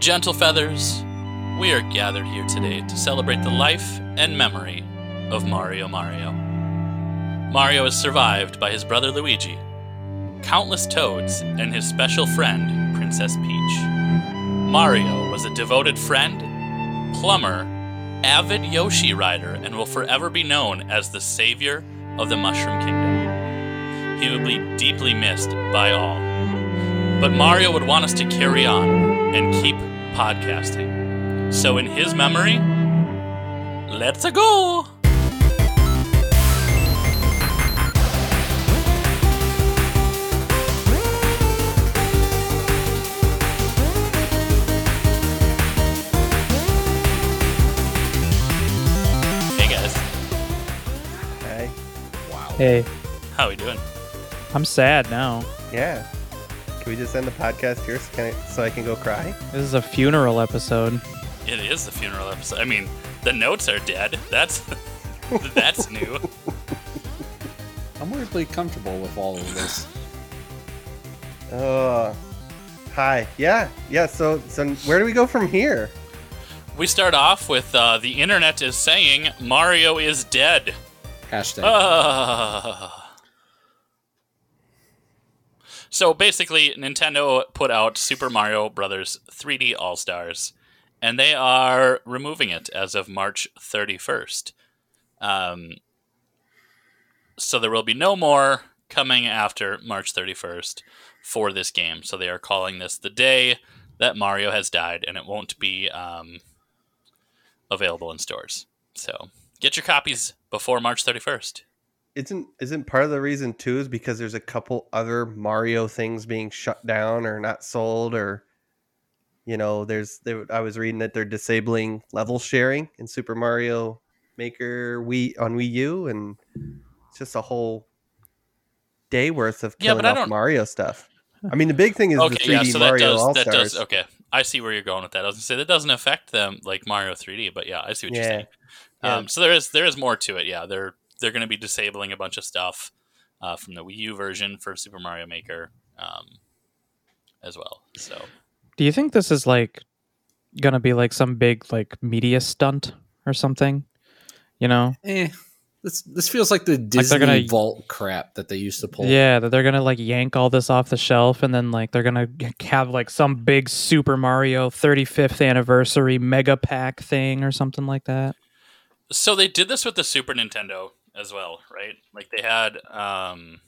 Gentle feathers, we are gathered here today to celebrate the life and memory of Mario Mario. Mario is survived by his brother Luigi, countless toads, and his special friend, Princess Peach. Mario was a devoted friend, plumber, avid Yoshi rider, and will forever be known as the savior of the Mushroom Kingdom. He will be deeply missed by all. But Mario would want us to carry on and keep podcasting. So, in his memory, let's go! Hey guys, Okay. Hey, how we doing? I'm sad now. Yeah. Can we just end the podcast here so, can I, so I can go cry? This is a funeral episode. It is the funeral episode. I mean, the notes are dead. That's that's new. I'm weirdly comfortable with all of this. Uh, hi. Yeah. Yeah. So, so where do we go from here? We start off with uh, the internet is saying Mario is dead. Hashtag. Ah. So basically, Nintendo put out Super Mario Brothers 3D All Stars, and they are removing it as of March 31st. Um, so there will be no more coming after March 31st for this game. So they are calling this the day that Mario has died, and it won't be um, available in stores. So get your copies before March 31st. Isn't isn't part of the reason too is because there's a couple other Mario things being shut down or not sold or, you know, there's they, I was reading that they're disabling level sharing in Super Mario Maker Wii on Wii U and it's just a whole day worth of Yeah, killing but I off don't- Mario stuff. I mean, the big thing is the okay, 3D yeah, so that Mario does All that Stars. does okay. I see where you're going with that. I was gonna say that doesn't affect them like Mario 3D, but yeah, I see what you're Yeah. saying. Um, so there is there is more to it. Yeah, they're they're going to be disabling a bunch of stuff uh, from the Wii U version for Super Mario Maker um, as well. So Do you think this is like gonna be like some big like media stunt or something? You know? eh. This this feels like the Disney gonna- Vault crap that they used to pull. Yeah, that they're gonna like yank all this off the shelf and then like they're gonna g- have like some big Super Mario 35th anniversary mega pack thing or something like that. so they did this with the Super Nintendo as well, right? Like they had um,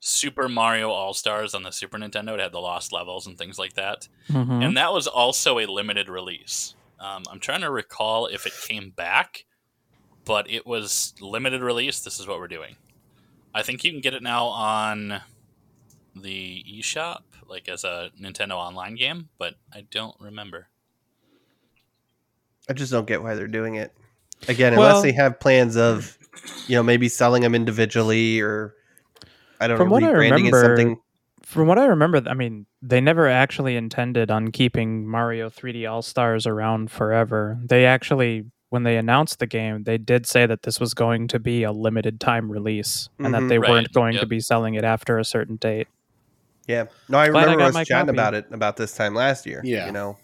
Super Mario All Stars on the Super Nintendo. It had the lost levels and things like that. Mhm. and that was also a limited release. Um, I'm trying to recall if it came back, but it was limited release. This is what we're doing. I think you can get it now on the eShop, like as a Nintendo online game, but I don't remember. I just don't get why they're doing it. Again, Well- unless they have plans of, you know, maybe selling them individually or I don't From know, what I rebranding remember- as something. From what I remember, I mean, they never actually intended on keeping Mario 3D All Stars around forever. They actually, when they announced the game, they did say that this was going to be a limited time release and that Mhm. they Right, weren't going to yep. be selling it after a certain date. Yeah. No, I Glad I remember got I, my was chatting copy. about it about this time last year. Yeah. You know,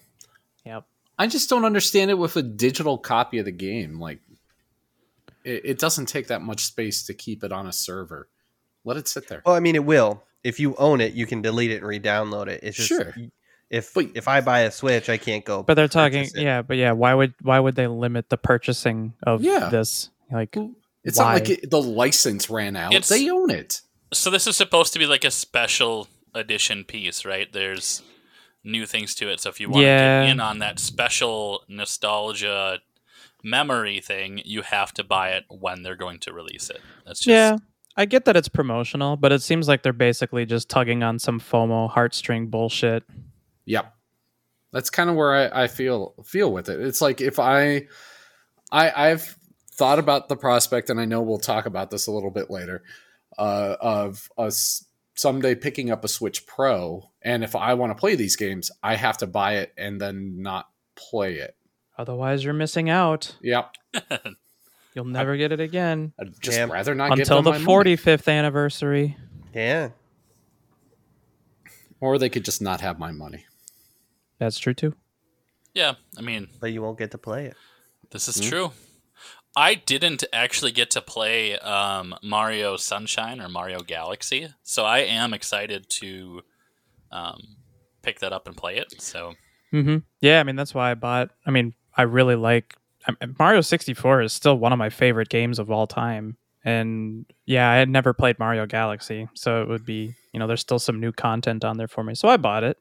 I just don't understand it with a digital copy of the game. Like, it, it doesn't take that much space to keep it on a server. Let it sit there. well, I mean, it will. If you own it, you can delete it and re-download it. It's just Sure. if But- if I buy a Switch, I can't go. But they're talking, purchase it. yeah, but yeah, why would why would they limit the purchasing of Yeah. this? Like, It's Why? not like it, the license ran out. It's- they own it. So this is supposed to be like a special edition piece, right? There's new things to it. So if you want Yeah. to get in on that special nostalgia memory thing, you have to buy it when they're going to release it. That's just yeah, I get that it's promotional, but it seems like they're basically just tugging on some FOMO heartstring bullshit. Yep. That's kind of where I, I feel feel with it. It's like if I I I've thought about the prospect, and I know we'll talk about this a little bit later, uh, of us someday picking up a Switch Pro, and if I want to play these games, I have to buy it and then not play it. Otherwise, you're missing out. Yep. You'll never get it again. I'd just Yeah. rather not give until them the my money. 45th anniversary. Yeah. or they could just not have my money. That's true too. Yeah, I mean, but you won't get to play it. this is Mhm. true. I didn't actually get to play um, Mario Sunshine or Mario Galaxy, so I am excited to um, pick that up and play it. So Mm-hmm. Yeah, I mean that's why I bought. I mean, I really like I Mario sixty four is still one of my favorite games of all time. And yeah, I had never played Mario Galaxy, so it would be you know there's still some new content on there for me, so I bought it.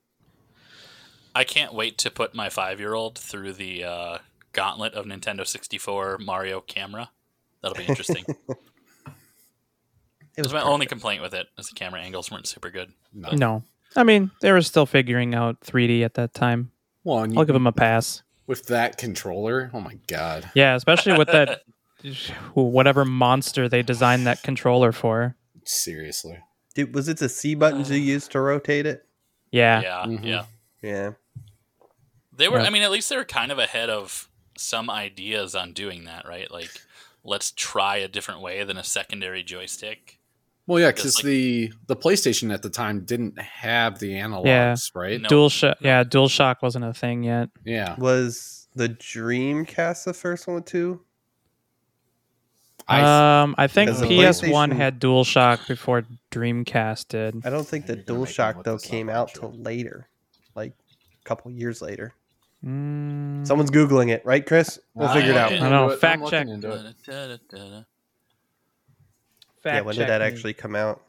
I can't wait to put my five-year-old through the uh, gauntlet of Nintendo 64 Mario camera. That'll be interesting. it It was was my only complaint with it, is the camera angles weren't super good. No. No, I mean they were still figuring out three D at that time. Well, and you- I'll give them a pass. with that controller, oh my god, Yeah, especially with that whatever monster they designed that controller for. seriously. Dude, was it the C buttons you used to rotate it? Yeah, Yeah, Mhm. yeah. Yeah. They were. Yeah. I mean, at least they were kind of ahead of some ideas on doing that, right? Like, let's try a different way than a secondary joystick. Well, yeah, Just because like- the the PlayStation at the time didn't have the analogs, right? No. Dual Shock. Yeah, Dual Shock wasn't a thing yet. Yeah, Was the Dreamcast the first one too? I um, I think Because the PS1 PlayStation- had DualShock before Dreamcast did. I don't think the You're gonna make me DualShock look though this up, came aren't out you? till later, like a couple years later. Mm, Someone's googling it, right, Chris? We'll I figure it out. am. I know, Into it. I'm fact looking check. into it. It fact yeah, when check did that me. actually come out?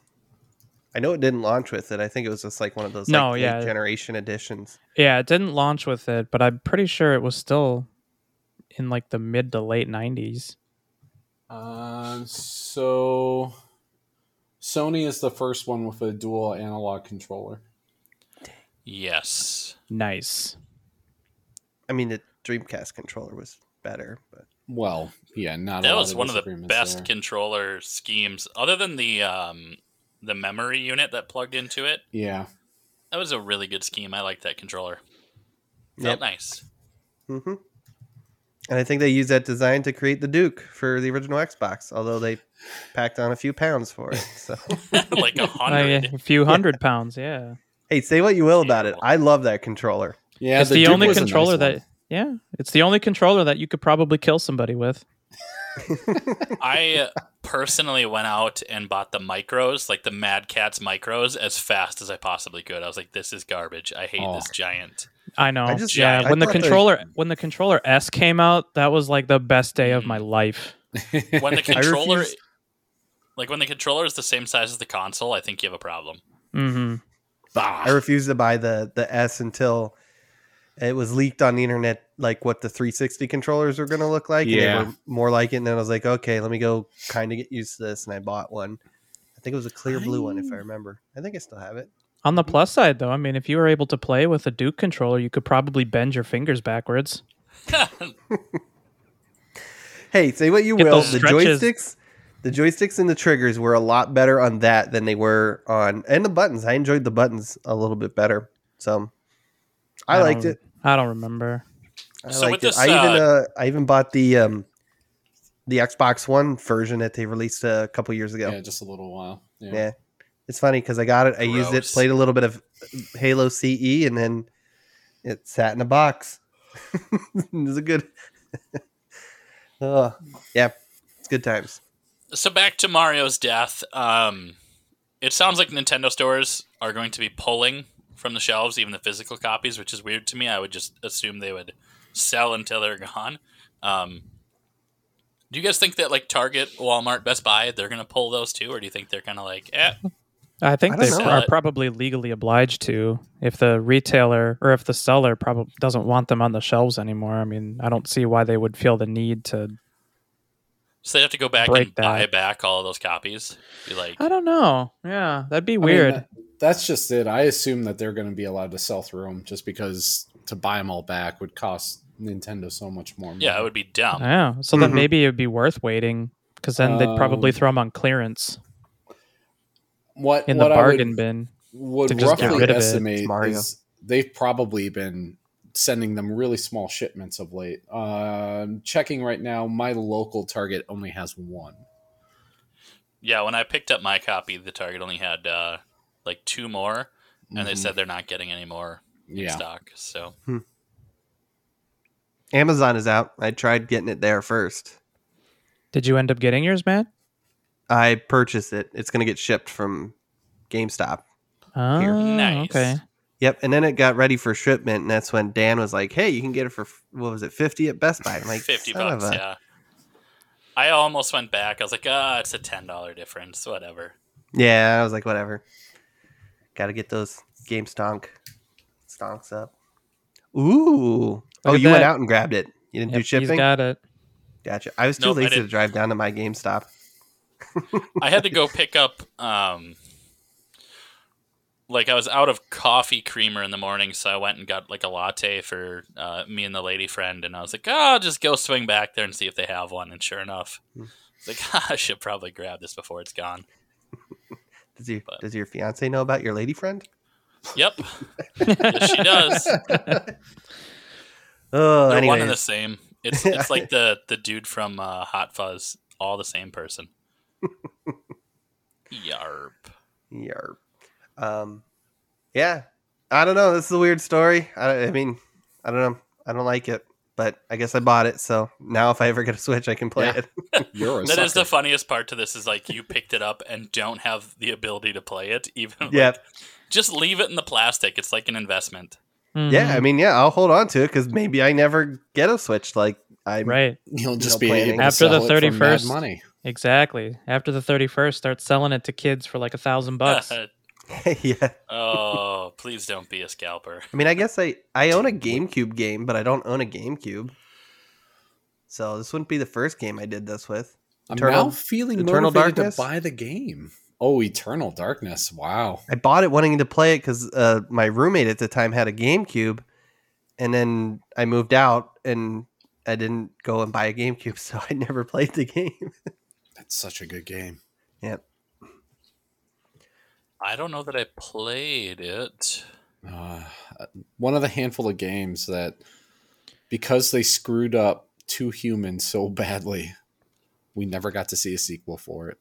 I know it didn't launch with it. I think it was just like one of those No, like, late yeah. generation editions. Yeah, it didn't launch with it, but I'm pretty sure it was still in like the mid to late 90s. Um, so Sony is the first one with a dual analog controller. yes. Nice. I mean, the Dreamcast controller was better, but Well, yeah, not a That lot was one of the disagreements best there. controller schemes, other than the um, the memory unit that plugged into it. yeah, That was a really good scheme. I liked that controller. Felt nice. hmm And I think they used that design to create the Duke for the original Xbox, although they packed on a few pounds for it. So, like a Like, hundred. a few hundred pounds, yeah. hey, say what you will about it, I love that controller. yeah. it's the, Duke only was a nice controller one. that yeah, it's the only controller that you could probably kill somebody with. I personally went out and bought the micros, like the Mad Catz micros, as fast as I possibly could. I was like, "This is garbage. I hate Oh. this giant." I know. I just- yeah, I when the thought they- controller when the controller S came out, that was like the best day of my life. When the controller, refuse- like when the controller is the same size as the console, I think you have a problem. Mhm. Bah. I refused to buy the the S until it was leaked on the internet, like what the 360 controllers were going to look like. Yeah. And they were more like it. And then I was like, okay, let me go kind of get used to this. And I bought one. I think it was a clear blue one, if I I- remember. I think I still have it. On Mm-hmm. the plus side, though, I mean, if you were able to play with a Duke controller, you could probably bend your fingers backwards. Hey, say what you Get will. those The stretches. joysticks, the joysticks and the triggers were a lot better on that than they were on, and the buttons. I enjoyed the buttons a little bit better. So I, I liked don't- it. I don't remember. I So with liked it. this, I even uh, uh, I even bought the um the Xbox One version that they released a couple years ago. yeah, just a little while. Yeah. Yeah. It's funny because I got it. I used it, Gross. played a little bit of Halo CE, and then it sat in a box. it was a good. oh, yeah, it's good times. so back to Mario's death. Um, it sounds like Nintendo stores are going to be pulling from the shelves even the physical copies, which is weird to me. I would just assume they would sell until they're gone. Um, do you guys think that like Target, Walmart, Best Buy, they're gonna pull those too, or do you think they're kind of like, eh? I think I they don't know. are probably legally obliged to if the retailer or if the seller probably doesn't want them on the shelves anymore. I mean, I don't see why they would feel the need to. So they have to go back Break and buy that. back all of those copies. Be like, I don't know. Yeah, that'd be I mean, weird. that- that's just it. I assume that they're going to be allowed to sell through them, just because to buy them all back would cost Nintendo so much more. Money. yeah, it would be dumb. yeah. So then Mhm. maybe it'd be worth waiting because then they'd probably Oh. Um, throw them on clearance what in what the I would- bargain bin. would to just get roughly rid of it. It's estimate Mario. is they've probably been sending them really small shipments of late. Um checking right now, my local Target only has one. Yeah, when I picked up my copy, the Target only had uh, like two more, and they Mhm. said they're not getting any more Yeah. stock. So Amazon is out. I tried getting it there first. Did you end up getting yours, Matt? I purchased it. It's going to get shipped from GameStop. Oh, Nice. Okay. Yep, and then it got ready for shipment, and that's when Dan was like, "Hey, you can get it for what was it, fifty at Best Buy?" I'm like, fifty "Son of bucks. a-" Yeah. I almost went back. I was like, ah, it's a ten dollar difference. Whatever. yeah. I was like, "Whatever." Got to get those game stonk stonks up. Ooh! oh, at you went that. out and grabbed it. You didn't Yep, do he's shipping. got it. gotcha. I was too Nope, I lazy to didn't. drive down to my GameStop. I had to go pick up um like I was out of coffee creamer in the morning, so I went and got like a latte for uh, me and the lady friend, and I was like, "Oh, I'll just go swing back there and see if they have one." And sure enough, Hmm. I was like, "I should probably grab this before it's gone." Does your But- Does your fiance know about your lady friend? Yep, yes, she does. Oh, They're one anyways, and the same. It's it's like the the dude from uh, Hot Fuzz, all the same person. Yarp. Yarp. Um, yeah, I don't know. This is a weird story. I, I mean, I don't know. I don't like it, but I guess I bought it. So now, if I ever get a Switch, I can play Yeah. it. You're a That is the sucker. funniest part to this is like you picked it up and don't have the ability to play it even like, yeah, just leave it in the plastic it's like an investment yeah. Mhm. I mean, yeah, I'll hold on to it because maybe I never get a Switch. Like I, right. You'll just No be planning. able to After the sell it for mad 31st. money. Exactly. After the thirty first, start selling it to kids for like a thousand bucks. yeah. oh please don't be a scalper I mean, I guess I I own a GameCube game, but I don't own a GameCube. So this wouldn't be the first game I did this with. I'm Eternal- now feeling Eternal motivated Darkness? to buy the game. Oh, Eternal Darkness. Wow. I bought it wanting to play it because uh, my roommate at the time had a GameCube, and then I moved out and I didn't go and buy a GameCube, so I never played the game. That's such a good game. i don't know that i played it Uh, one of the handful of games that, because they screwed up Two Humans so badly, we never got to see a sequel for it.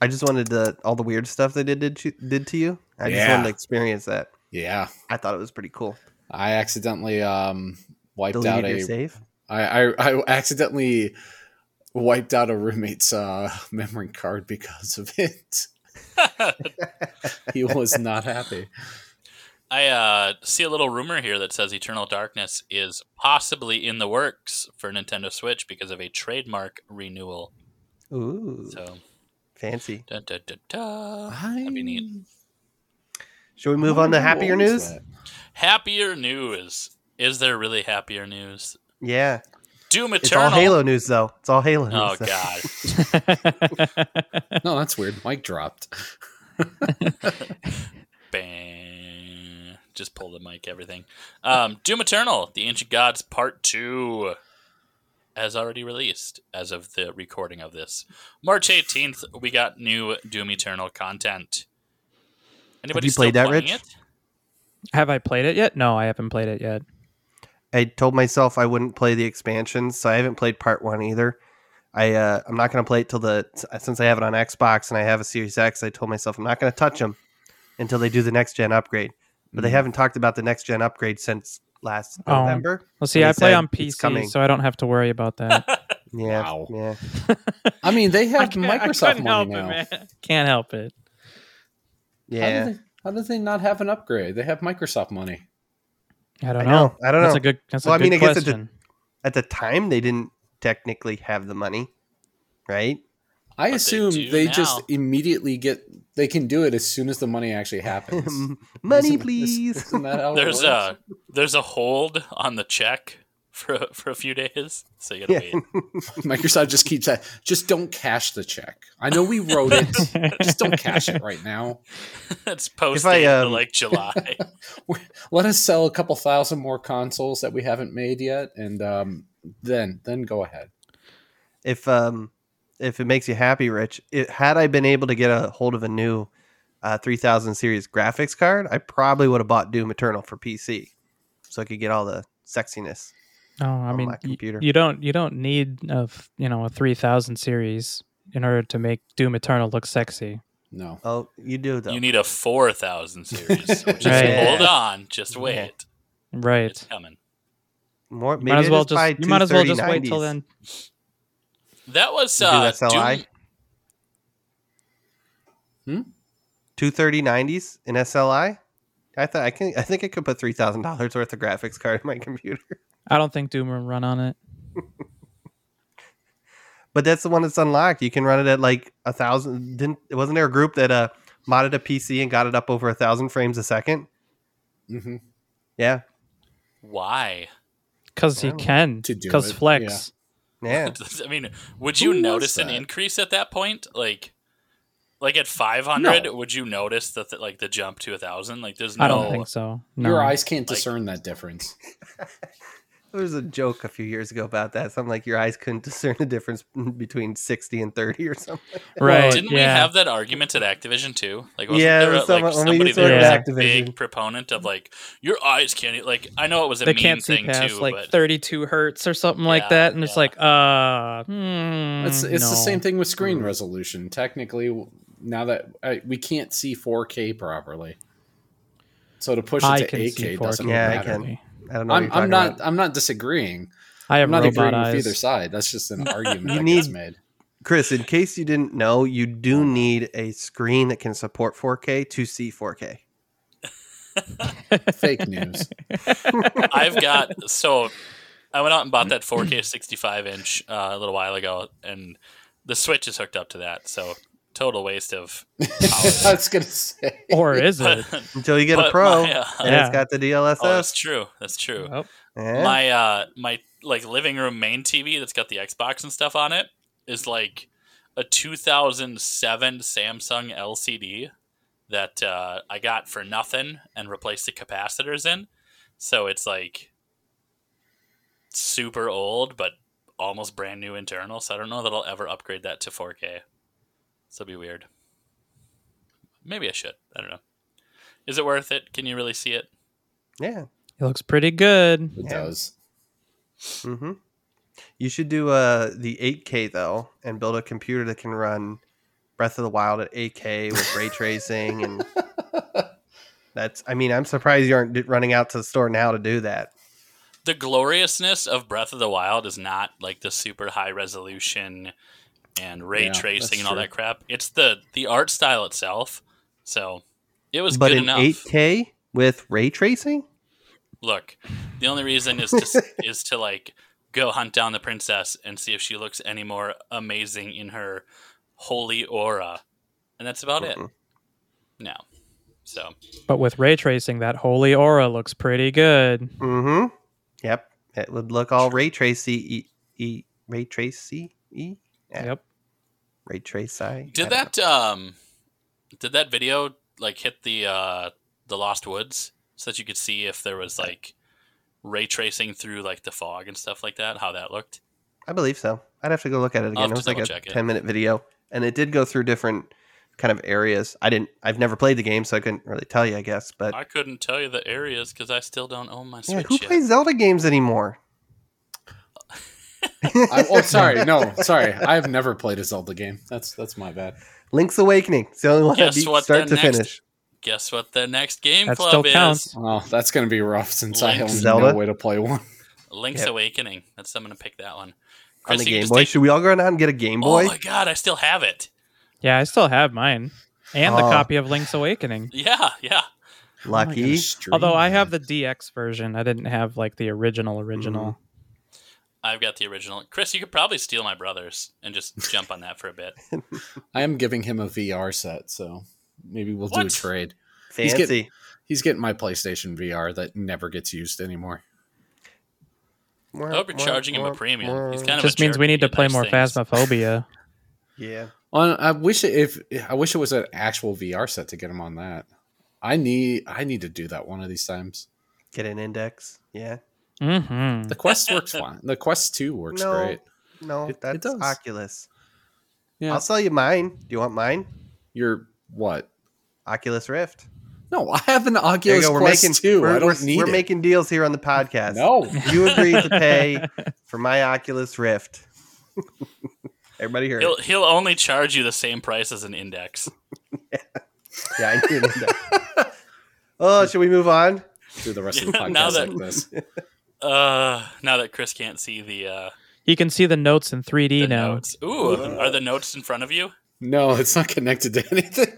I just wanted to all the weird stuff they did did to, did to you. I just Yeah. wanted to experience that. Yeah. I thought it was pretty cool. I accidentally um, wiped out Deleted a your save. I, I I accidentally wiped out a roommate's uh, memory card because of it. He was not happy. i uh, see a little rumor here that says eternal darkness is possibly in the works for nintendo switch because of a trademark renewal Ooh, so fancy. da, da, da, da. that'd be neat. Should we move on to happier What was news? that? happier news is there really happier news Yeah, doom it's eternal all Halo news though. It's all Halo. oh news, though. god No, that's weird. Mike dropped. Bang. Just pull the mic, everything. Um, Doom Eternal, The Ancient Gods Part 2, has already released as of the recording of this. March 18th, we got new Doom Eternal content. Anybody you still played that, playing Rich? It? Have I played it yet? No, I haven't played it yet. I told myself I wouldn't play the expansions, so I haven't played part one either. I uh, I'm not going to play it till the uh, since I have it on Xbox and I have a Series X. I told myself I'm not going to touch them until they do the next gen upgrade. But they haven't talked about the next gen upgrade since last Mm. Oh. November. Well, see, They I play said on it's PC, coming. so I don't have to worry about that. Yeah, Wow. yeah. I mean, they I have can't- I Microsoft couldn't money help now. it, man. Can't help it. Yeah, How, did they, how did they not have an upgrade? They have Microsoft money. I don't I know. know. I don't That's know. a good. That's Well, a I good mean, I guess it question. At the time, they didn't technically have the money, right? I But they assume do they, just now. immediately get. They can do it as soon as the money actually happens. money, Isn't- please. Isn't that how it There's works? uh, a, there's a hold on the check for, for a few days, so you gotta Yeah. wait. Microsoft just keeps that. Just don't cash the check. I know we wrote it. just don't cash it right now. it's posted um, like July. Let us sell a couple thousand more consoles that we haven't made yet, and um, then then go ahead. if um if it makes you happy, Rich, it, had I been able to get a hold of a new uh, 3000 series graphics card, I probably would have bought Doom Eternal for PC, so I could get all the sexiness. No, Oh, I on mean, my y- computer. you don't you don't need a f- you know a three thousand series in order to make Doom Eternal look sexy. No. Oh, you do though. You need a 4000 series. So just Right. hold on. Just wait. It's Right. coming. More, You might maybe as well just buy just you might as well 230 just wait till 90s. then. That was You do uh, SLI? Doom, 230 90s in SLI. I thought I can. I think I could put three thousand dollars worth of graphics card in my computer. I don't think Doom will run on it. But that's the one that's unlocked. You can run it at like a thousand. Didn't wasn't there a group that uh modded a PC and got it up over a thousand frames a second? hmm Yeah, Why? Cause he Well, can. to do Cause it, flex. yeah. I mean, would Who you was notice an that? increase at that point? Like, like at 500, No. would you notice that the, like the jump to a thousand? Like, there's no. I don't think so. No. Your eyes can't Like- discern that difference. There was a joke a few years ago about that. Something like your eyes couldn't discern the difference between sixty and thirty or something. Right. Didn't we yeah. have that argument at Activision too? Like, wasn't Yeah, there it was a- like someone- when we somebody used to that work was at a Activision. big proponent of like your eyes can't e-, like I know it was a they mean can't see thing past too, like but 32 hertz or something like Yeah, that, and it's yeah. like, uh, hmm, It's it's no. the same thing with screen Mm. resolution. Technically, w- now that I, we can't see 4K properly, so to push it I to can see 8K 4K. doesn't Yeah, I matter. can. properly. I don't know. what I'm, you're talking I'm not. about. I'm not disagreeing. I have I'm not robot agreeing eyes. with either side. That's just an argument You that gets need- made. Chris. In case you didn't know, you do need a screen that can support 4K to see 4K. Fake news. I've got so I went out and bought that 4K 65 inch uh, a little while ago, and the Switch is hooked up to that, so total waste of. I was gonna say. or is But, it? Until you get a but pro, my, uh, and Yeah. it's got the oh, that's DLSS. true. That's true. Nope. yeah. My uh, my like living room main TV that's got the Xbox and stuff on it is like a 2007 Samsung LCD that uh, I got for nothing and replaced the capacitors in. So it's like super old, but almost brand new internal. So I don't know that I'll ever upgrade that to 4K. So it'll be weird. Maybe I should. I don't know. Is it worth it? Can you really see it? yeah. It looks pretty good. It Yeah. does. Mm-hmm. You should do uh, the 8K though, and build a computer that can run Breath of the Wild at 8K with ray tracing, and that's. I mean, I'm surprised you aren't d- running out to the store now to do that. the gloriousness of Breath of the Wild is not like the super high resolution and ray Yeah, tracing that's and all true. that crap. It's the the art style itself. So it was but good in enough. 8K with ray tracing, Look, the only reason is to s- is to like go hunt down the princess and see if she looks any more amazing in her holy aura, and that's about it. Mm-mm. No, so But with ray tracing, that holy aura looks pretty good. Mm-hmm. Yep, it would look all ray tracy. E, e ray tracy. E Yeah. Yep. ray tracy. did that um did that video like hit the uh the lost woods so that you could see if there was like ray tracing through like the fog and stuff like that how that looked I believe so. I'd have to go look at it again. have It to was like a double-check it. ten minute video, and it did go through different kind of areas. I didn't. I've never played the game, so I couldn't really tell you. I guess, but i couldn't tell you the areas because i still don't own my yeah, switch who yet plays Zelda games anymore? I, oh, sorry. No, sorry. I have never played a Zelda game. That's that's my bad. Link's Awakening. It's the only one I Guess beat what start the to next finish. guess what the next game That still club counts. is Oh, that's gonna be rough since I have Link's- Zelda? no way to play one. link's Yep. awakening that's i'm gonna pick that one On Chris, the you can Game just Boy, take- should we all go out and get a Game Boy? oh my god i still have it Yeah, I still have mine and the Oh. copy of Link's Awakening. yeah yeah Oh Lucky. Although I have the DX version, I didn't have like the original original. i've got the original chris you could probably steal my brother's and just jump on that for a bit I am giving him a VR set, so maybe we'll do a What? trade. He's Fancy. getting- He's getting my PlayStation VR that never gets used anymore. i hope you're charging him a premium he's kind of a Just means jerk we to need to get play nice more things. Phasmophobia. Yeah. On, I wish it- if I wish it was an actual VR set to get him on that. I need I need to do that one of these times. Get an index. Yeah. mm-hmm. The Quest works fine. The Quest Two works No. great. No, It- it that's does. Oculus. Yeah. I'll sell you mine. Do you want mine? You're what? Oculus Rift. No, I have an There you Oculus go. We're Quest making 2 We're, I we're- don't need we're it. making deals here on the podcast. no. you agreed to pay for my Oculus Rift. Everybody here. He'll he'll only charge you the same price as an index. Yeah, I knew that. Oh, should we move on? Do the rest of the Yeah, podcast now that- like this. Uh, now that Chris can't see the uh, You can see the notes in 3D the now. notes. Ooh, are the notes in front of you? No, it's not connected to anything.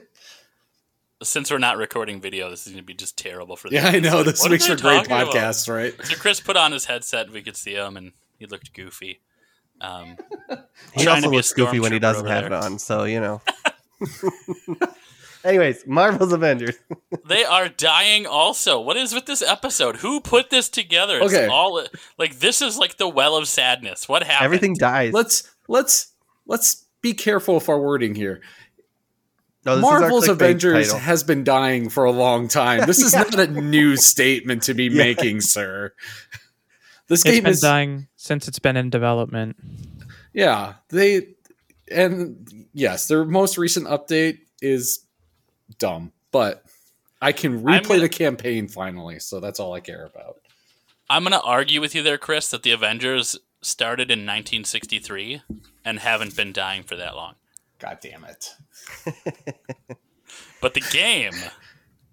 Since we're not recording video, this is going to be just terrible for the Yeah, I audience. know. Like, This what are makes they for great talking about? podcasts, right? So Chris put on his headset, and we could see him, and he looked goofy. Um, He trying to also be a looks goofy when he stormtrooper doesn't over have it there. on, so you know. Anyways, Marvel's Avengers. they are dying. Also, what is with this episode? Who put this together? It's Okay. all like this is like the well of sadness. What happened? Everything dies. Let's let's let's be careful of our wording here. No, Oh, this is our Marvel's clickbait Avengers title. has been dying for a long time. This is not a new statement to be Yeah. making, sir. This It's game been is dying since it's been in development. yeah. They and yes, their most recent update is dumb, but I can replay gonna- the campaign finally, so that's all I care about. I'm going to argue with you there, Chris, that the Avengers started in 1963 and haven't been dying for that long. God damn it! But the game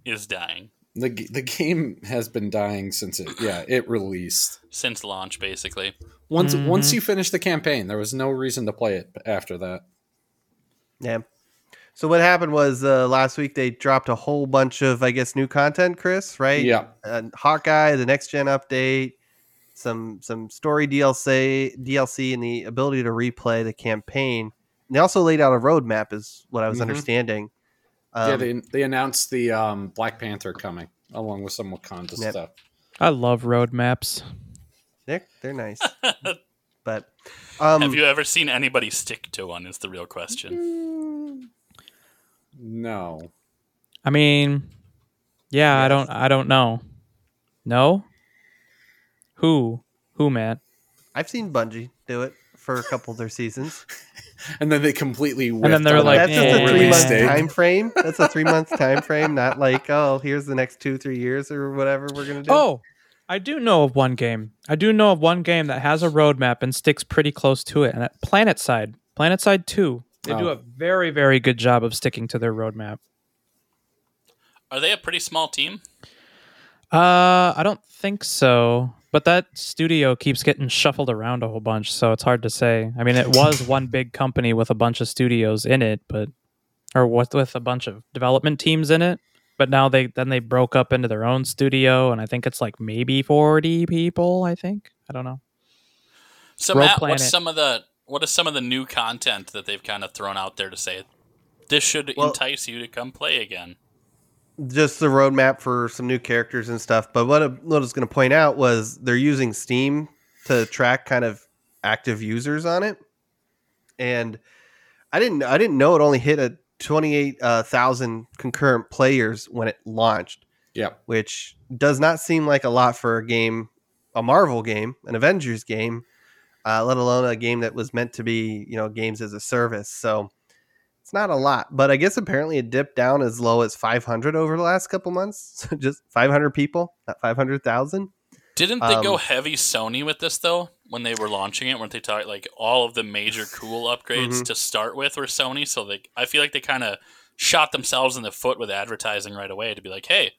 is dying the g- The game has been dying since it yeah it released. since launch, basically. Once Mhm. once you finish the campaign, there was no reason to play it after that. Yeah. So what happened was uh, last week they dropped a whole bunch of, I guess, new content, Chris. Right? Yeah, Uh, Hawkeye, the next gen update, some some story DLC, DLC, and the ability to replay the campaign. And they also laid out a roadmap, is what I was Mhm. understanding. yeah. Um, They, they announced the um, Black Panther coming along with some Wakanda Yep. stuff. I love roadmaps. they're they're nice, but um, Have you ever seen anybody stick to one? Is the real question. No, I mean, yeah, I don't I don't know. No? Who? Who, Matt? I've seen Bungie do it for a couple of their seasons. and then they completely then whiffed they're on like, that That's just full a eh. three release month date. time frame. That's a three month time frame, not like oh, here's the next two three years or whatever we're gonna do. Oh, I do know of one game. I do know of one game that has a roadmap and sticks pretty close to it. And that PlanetSide, PlanetSide Two, they do Oh. a very, very good job of sticking to their roadmap. Are they a pretty small team? Uh, I don't think so. But that studio keeps getting shuffled around a whole bunch, so it's hard to say. I mean, it was one big company with a bunch of studios in it, but or with with a bunch of development teams in it. But now they then they broke up into their own studio, and I think it's like maybe forty people. I think I don't know. So Rogue Matt, Planet. what's some of the what is some of the new content that they've kind of thrown out there to say this should Well- entice you to come play again? just the roadmap for some new characters and stuff. But what I, what I was going to point out was they're using Steam to track kind of active users on it, and I didn't I didn't know it only hit a twenty eight thousand concurrent players when it launched, Yep. which does not seem like a lot for a game, a Marvel game, an Avengers game, uh, let alone a game that was meant to be you know games as a service. So it's not a lot, but I guess apparently it dipped down as low as 500 over the last couple months. So just 500 people, not 500,000. Didn't they go Um, heavy Sony with this though when they were launching it? Weren't they talking like all of the major cool upgrades Mhm. to start with were Sony? So they, I feel like they kind of shot themselves in the foot with advertising right away to be like, hey,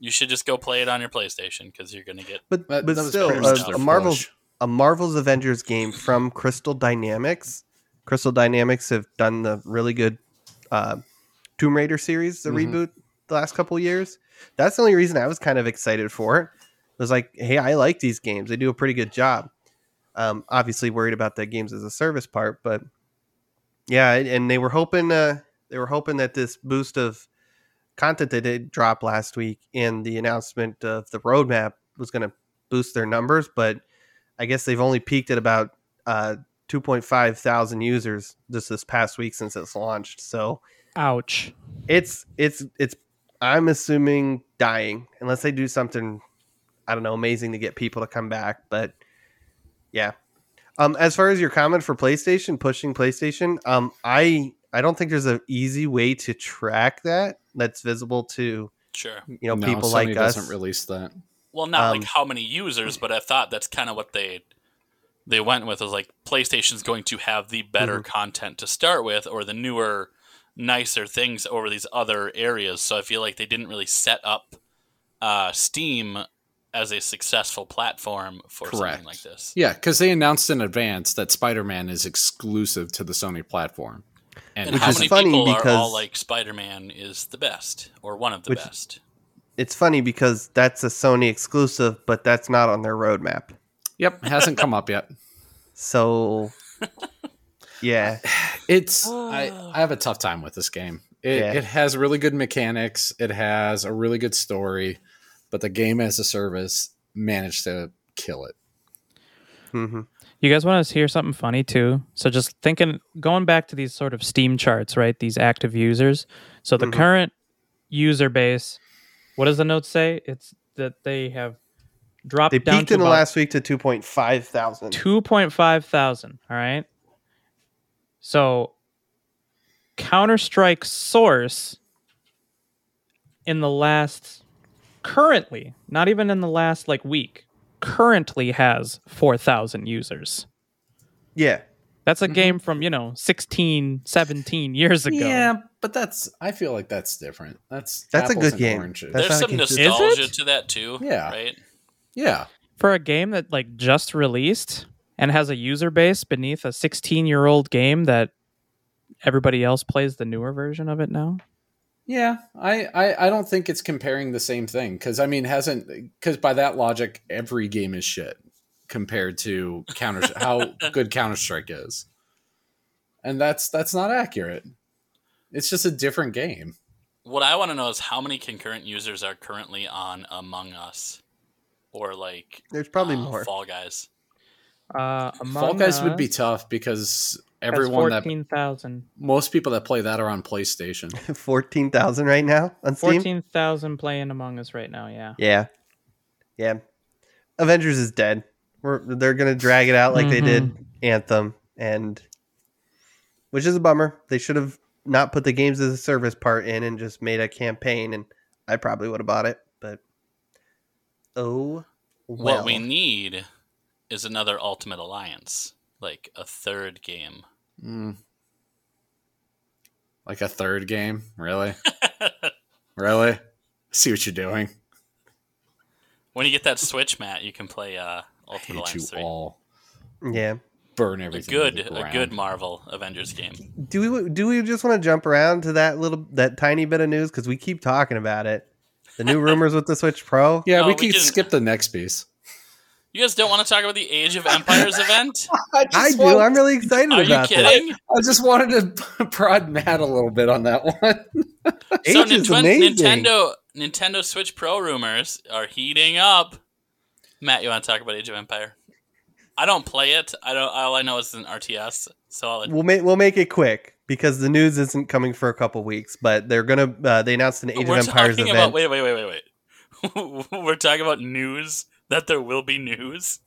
you should just go play it on your PlayStation because you're gonna get. But That- but that was still, uh, pretty much a, their a Marvel's flush. a Marvel's Avengers game from Crystal Dynamics. Crystal Dynamics have done the really good uh, Tomb Raider series, the Mhm. reboot, the last couple years. That's the only reason I was kind of excited for it. It was like, hey, I like these games. They do a pretty good job. Um, obviously, worried about the games as a service part, but yeah, and- and they were hoping uh, they were hoping that this boost of content they did drop last week and the announcement of the roadmap was going to boost their numbers, but I guess they've only peaked at about uh, 2.5 thousand users just this past week since it's launched. So Ouch. it's it's it's I'm assuming dying unless they do something I don't know amazing to get people to come back. But yeah, um, as far as your comment for PlayStation pushing PlayStation, um, I I don't think there's an easy way to track that that's visible to Sure. you know No, people Sony like us. doesn't release that. Well, not Um, like how many users, but I thought that's kind of what they they went with was like PlayStation's going to have the better Mhm. content to start with or the newer nicer things over these other areas. So I feel like they didn't really set up uh, Steam as a successful platform for Correct. something like this. Yeah, because they announced in advance that Spider Man is exclusive to the Sony platform. And Which how is many funny people are all because- like Spider-Man is the best or one of the Which- best? It's funny because that's a Sony exclusive, but that's not on their roadmap. Yep, hasn't come up yet. So, yeah, It's I, I have a tough time with this game. It, Yeah. it has really good mechanics. It has a really good story, but the game as a service managed to kill it. hmm You guys want to hear something funny too? So just thinking, going back to these sort of Steam charts, right? These active users. So the Mhm. current user base, what does the note say? It's that they have dropped they down peaked to in the about last week to two point five thousand. two point five thousand. All right. So Counter Strike Source in the last currently, not even in the last like week, currently has four thousand users. Yeah, That's a Mhm. Mm-hmm. game from, you know, 16, 17 years ago. Yeah, but that's I feel like that's different. That's That's a apples good and game. oranges. That's There's not a some consistent- Is nostalgia it? to that too. Yeah. Right. yeah, For a game that like just released and has a user base beneath a 16-year-old game that everybody else plays the newer version of it now. yeah. I I, I don't think it's comparing the same thing because I mean hasn't because by that logic every game is shit compared to counter how good Counter Strike is, and that's that's not accurate. It's just a different game. What I want to know is how many concurrent users are currently on Among Us or like there's probably uh, more. Fall Guys. Uh Among Fall Guys would be Us tough because has everyone that 14,000 most people that play that are on PlayStation. Fourteen thousand right now on Steam. 14,000 playing Among Us right now, yeah. Yeah, yeah. Avengers is dead. We're, they're gonna drag it out like they did Mm-hmm. Anthem, and which is a bummer. They should have not put the games as a service part in and just made a campaign, and I probably would have bought it. But oh, well. What we need is another Ultimate Alliance, like a third game. Mm. Like a third game, really? really? See what you're doing. When you get that Switch, Matt, you can play uh, I Ultimate hate you Alliance 3. all. yeah. Burn A everything. good, to the a good ground. Marvel Avengers game. Do we do we just want to jump around to that little that tiny bit of news because we keep talking about it? The new rumors with the Switch Pro. Yeah, No, we we can can- skip the next piece. You guys don't want to talk about the Age of Empires event? I do. I'm really excited Are you about that. kidding? I just wanted to prod Matt a little bit on that one. Age so is Ninten- amazing. Nintendo Nintendo Switch Pro rumors are heating up. Matt, you want to talk about Age of Empire? I don't play it. I don't. All I know is it's an RTS. So I'll let- We'll make we'll make it quick because the news isn't coming for a couple weeks. But they're gonna uh, they announced an Age we're of Empires talking event. about. Wait, wait, wait, wait, wait. we're talking about news that there will be news.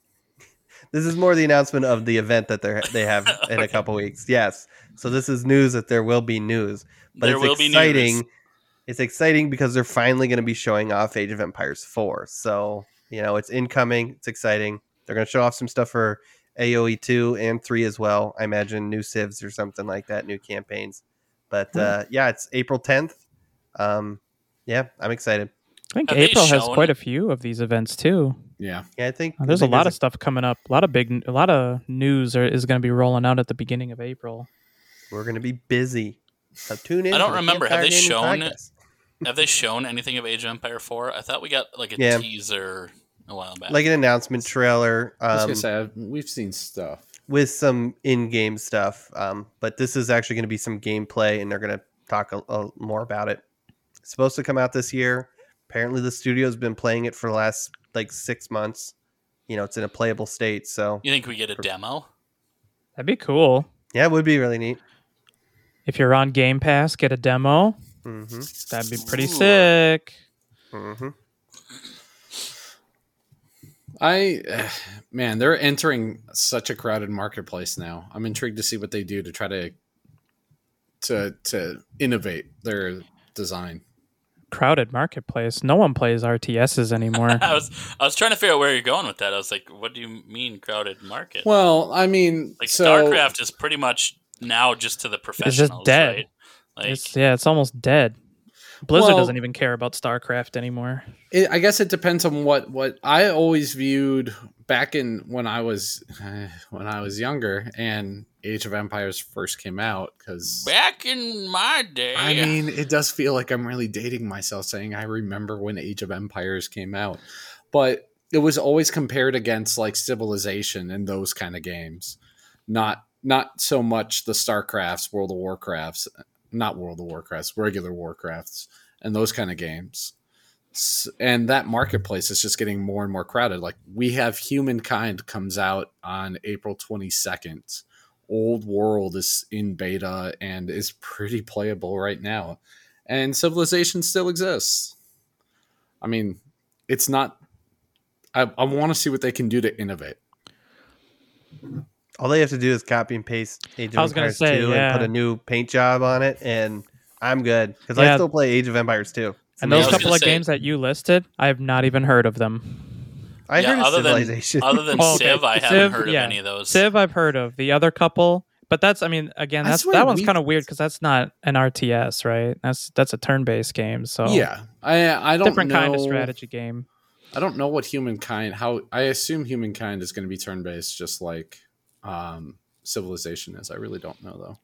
this is more the announcement of the event that they they have in Okay. a couple weeks. Yes. So this is news that there will be news, but there it's will be exciting. news. It's exciting because they're finally going to be showing off Age of Empires 4. So, you know, it's incoming, it's exciting. They're going to show off some stuff for AoE 2 and 3 as well. I imagine new civs or something like that, new campaigns. But uh, yeah, it's April 10th. Um, yeah, I'm excited. I think Have they April has shown- quite a few of these events too. Yeah. Yeah, I think Uh, There's a I think lot of stuff coming up. A lot of big, a lot of news are, is going to be rolling out at the beginning of April. we're going to be busy. So tune in. I don't for the remember. Have Campfire they Gaming shown Podcast. Have they shown anything of Age of Empire Four? I thought we got like a Yeah. teaser a while back. like an announcement trailer I was um, gonna say I've- we've seen stuff. with some in-game stuff um, but this is actually going to be some gameplay and they're going to talk a, a- more about it it's supposed to come out this year apparently the studio's been playing it for the last like six months you know it's in a playable state so you think we get a demo? That'd be cool. yeah it would be really neat If you're on Game Pass, get a demo. hmm That'd be pretty Ooh. sick. hmm I eh, man, they're entering such a crowded marketplace now. I'm intrigued to see what they do to try to to to innovate their design. crowded marketplace. No one plays RTSs anymore. I was I was trying to figure out where you're going with that. I was like, what do you mean crowded market? Well, I mean, like so StarCraft is pretty much now just to the professionals, dead. right? Like it's, yeah, it's almost dead. Blizzard Well- doesn't even care about StarCraft anymore. it, I guess it depends on what what I always viewed back in when I was eh, when I was younger and Age of Empires first came out because back in my day. I mean, it does feel like I'm really dating myself saying I remember when Age of Empires came out, but it was always compared against like Civilization and those kind of games, not not so much the Starcrafts, World of Warcrafts, not World of Warcrafts, regular Warcrafts, and those kind of games. S- And that marketplace is just getting more and more crowded. Like we have Humankind comes out on April 22nd old world is in beta and is pretty playable right now and civilization still exists i mean it's not i, I want to see what they can do to innovate All they have to do is copy and paste Age of I was gonna Empires say, 2 yeah. and put a new paint job on it, and I'm good because I Yeah. still play Age of Empires 2. And I those was couple gonna of say- games that you listed, I have not even heard of them. I Yeah, heard of other than- Civilization. other than Oh, okay. Civ, I Civ, haven't heard of yeah. any of those. Civ, I've heard of. The other couple, but that's, I mean, again, I that's swear that one's we- kind of weird because that's not an RTS, right? That's that's a turn-based game, so yeah i i don't different kind of know- strategy game. i don't know what humankind how i assume humankind is going to be turn-based just like um civilization is i really don't know though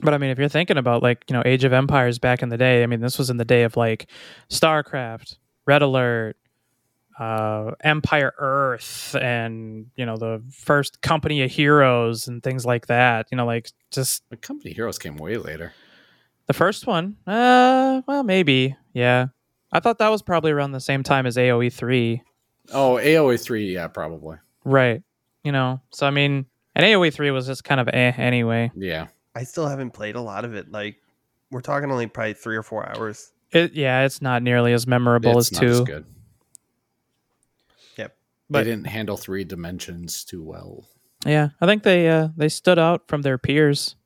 But I mean, if you're thinking about like you know Age of Empires back in the day, I mean, this was in the day of like StarCraft, Red Alert, uh, Empire Earth, and you know the first Company of Heroes and things like that. You know, like just but company heroes came way later the first one. Uh, well, maybe yeah. I thought that was probably around the same time as AOE three, oh aoe 3 yeah probably right? You know, so I mean, and AOE three was just kind of eh anyway. yeah I still haven't played a lot of it. Like we're talking only probably three or four hours. It, yeah, it's not nearly as memorable it's as not as two. good But- they didn't handle three dimensions too well. Yeah, I think they uh, they stood out from their peers,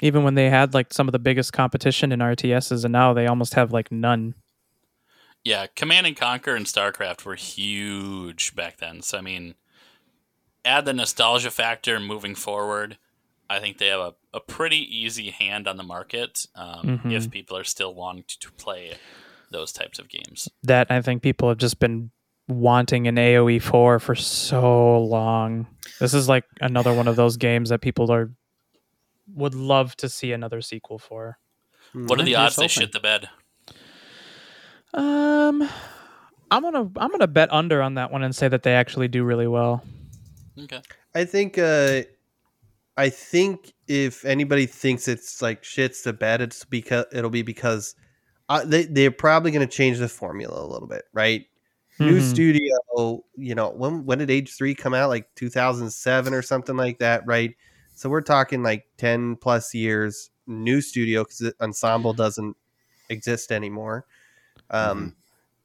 even when they had like some of the biggest competition in RTSs, and now they almost have like none. Yeah, Command and Conquer and StarCraft were huge back then. So I mean, add the nostalgia factor moving forward. I think they have a, a pretty easy hand on the market um, Mhm. if people are still wanting to, to play those types of games. That I think people have just been wanting an AOE E four for so long. This is like another one of those games that people are would love to see another sequel for. What are the I odds think they it's shit the bed? Um, I'm gonna I'm gonna bet under on that one and say that they actually do really well. Okay. I think uh I think if anybody thinks it's like shit's the bed, it's because it'll be because uh, they they're probably going to change the formula a little bit, right? New Mhm. studio, you know, when when did Age Three come out? Like 2007 or something like that, right? So we're talking like 10 plus years. New studio because Ensemble doesn't exist anymore. Um,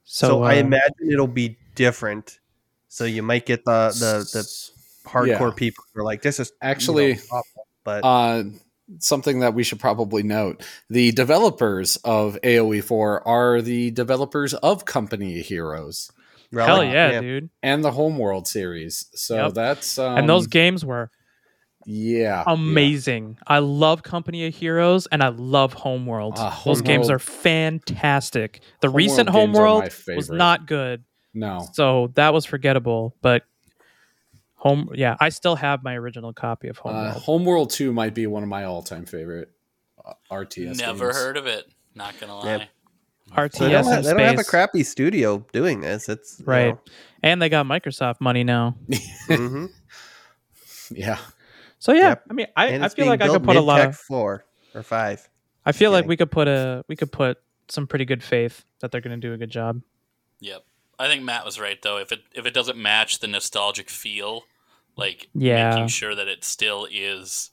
So, So, I uh, imagine it'll be different. So you might get the Uh, the the hardcore Yeah. people who are like, this is you know, Actually, awful, but uh, something that we should probably note: the developers of AOE four are the developers of Company of Heroes Relic, hell yeah, dude! and the Homeworld series. So Yep. that's um, and those games were yeah, amazing. I love Company of Heroes and I love Homeworld. Ah, Those games Homeworld- are fantastic. The Homeworld recent games are my Homeworld was favorite. not good, yeah. No, so that was forgettable. But Home, yeah, I still have my original copy of uh, Homeworld. Homeworld two might be one of my all time favorite uh, RTS. Never games. heard of it. Not gonna lie. Yeah. RTS So they, don't in have, they don't have a space. crappy studio doing this. It's you Right. know, and they got Microsoft money now. mhm. Yeah, So yeah, Yep. I mean, I, And I it's feel being like I built could put a lot mid-tech of. four or five. I feel like kidding. we could put a we could put some pretty good faith that they're going to do a good job. Yep. I think Matt was right though. If it if it doesn't match the nostalgic feel, like Yeah. making sure that it still is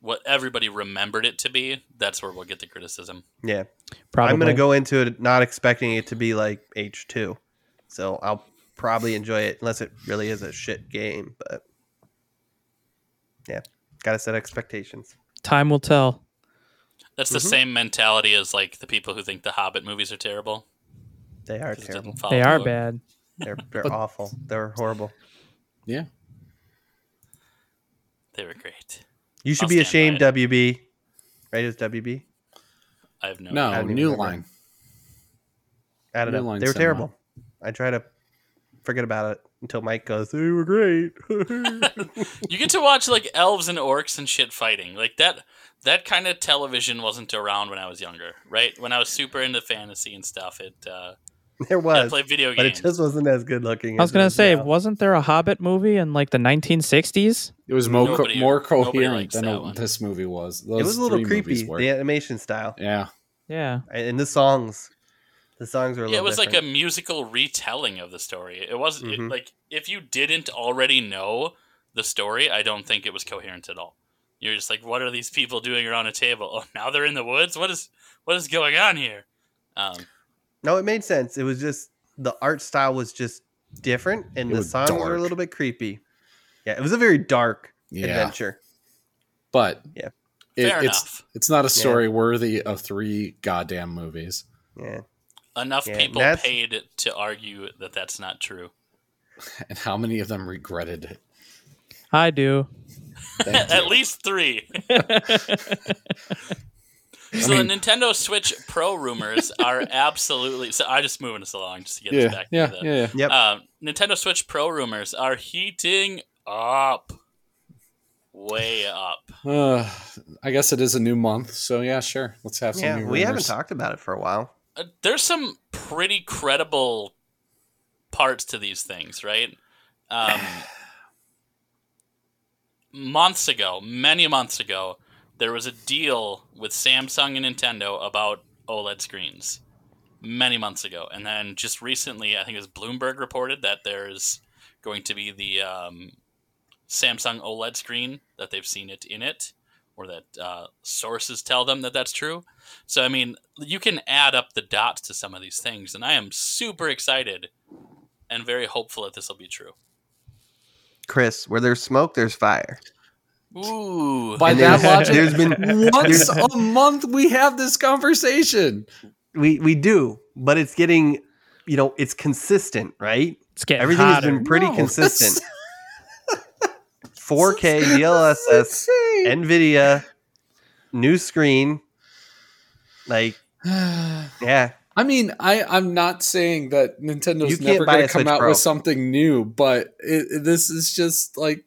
what everybody remembered it to be, that's where we'll get the criticism. Yeah, Probably. I'm gonna go into it not expecting it to be like H two, so I'll probably enjoy it unless it really is a shit game. But yeah, gotta set expectations. Time will tell. That's the Mhm. same mentality as like the people who think the Hobbit movies are terrible. They are 'cause it didn't terrible. follow They are through. bad. They're they're But- awful. They're horrible. They were great. You should I'll be stand ashamed, by WB. Right? Is WB? I have no. No, I don't even New remember. Line. I don't New know. Line They were Cinema. terrible. I try to forget about it until Mike goes, "They were great." You get to watch like elves and orcs and shit fighting. Like that that kind of television wasn't around when I was younger, right? When I was super into fantasy and stuff, it uh there I was, played video but it games. just wasn't as good looking. I was as it gonna is say, now. wasn't there a Hobbit movie in like the 1960s? It was more, Nobody- more nobody coherent likes than that what one. this movie was. it Those was a little three creepy. movies were. The animation style Yeah. Yeah, and the songs. The songs were. A yeah, it little was like different. a musical retelling of the story. It wasn't it- Mhm. like if you didn't already know the story, I don't think it was coherent at all. You're just like, what are these people doing around a table? Oh, now they're in the woods. What is what is going on here? Um, No, it made sense. It was just the art style was just different, and It the was songs were dark. a little bit creepy. Yeah, it was a very dark Yeah. adventure. But Yeah. it- fair it's enough. it's not a story worthy of three goddamn movies. Yeah, Enough yeah, people that's- paid to argue that that's not true. And how many of them regretted it? I do. Thank At you. least three. So mean- the Nintendo Switch Pro rumors are absolutely. So I'm just moving us along just to get us Yeah, back. yeah, to the, yeah, yeah. yep. Um, Nintendo Switch Pro rumors are heating up, way up. Uh, I guess it is a new month, so yeah, sure. Let's have some. yeah, new we haven't rumors. talked about it for a while. Uh, there's some pretty credible parts to these things, right? Um, months ago, many months ago, there was a deal with Samsung and Nintendo about OLED screens. Many months ago, and then just recently, I think it was Bloomberg reported that there's going to be the um, Samsung OLED screen that they've seen it in it, or that uh, sources tell them that that's true. So I mean, you can add up the dots to some of these things, and I am super excited and very hopeful that this will be true. Chris, where there's smoke, there's fire. Ooh, By And that there's- logic, there's been- once a month we have this conversation. We we do, but it's getting, you know, it's consistent, right? It's getting Everything has hotter. been pretty No, consistent. that's- 4K DLSS, that's insane. Nvidia, new screen. Like, yeah, I mean, I I'm not saying that You Nintendo's can't never buy going a to come Switch out Pro. with something new, but it, it- this is just like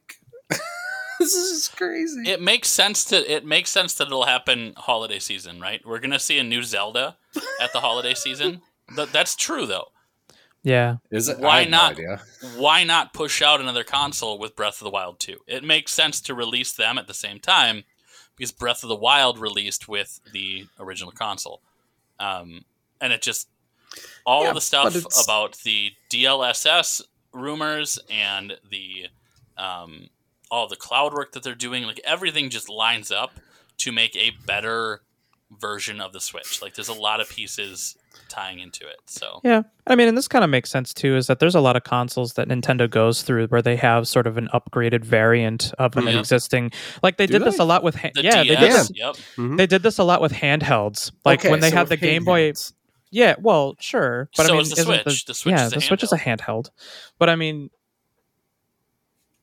this is just crazy. it makes sense to it makes sense that it'll happen holiday season, right? We're gonna see a new Zelda at the holiday season. Th- that's true though. Yeah, Is it? I why have no not? idea. why not push out another console with Breath of the Wild 2? It makes sense to release them at the same time because Breath of the Wild released with the original console. Um, and it just, all Yeah, the stuff but it's- about the DLSS rumors and the, um, all the cloud work that they're doing, like everything just lines up to make a better version of the Switch. Like there's a lot of pieces tying into it. So, yeah. I mean, and this kind of makes sense too. Is that there's a lot of consoles that Nintendo goes through where they have sort of an upgraded variant of an Mm-hmm. Yeah. existing. Like they Do did this they? a lot with. Ha- the yeah, they did. DS, This, yep. they did this a lot with handhelds. Like Mm-hmm. Okay, when they so had the with Game Boy. handhelds. Yeah, well, sure, but So I mean, is the isn't Switch. The Switch yeah, is a the Switch is a handheld, but I mean,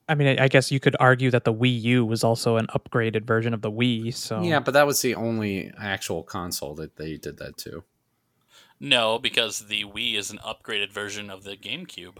I mean, I I guess you could argue that the Wii U was also an upgraded version of the Wii. So Yeah, but that was the only actual console that they did that to. No, because the Wii is an upgraded version of the GameCube.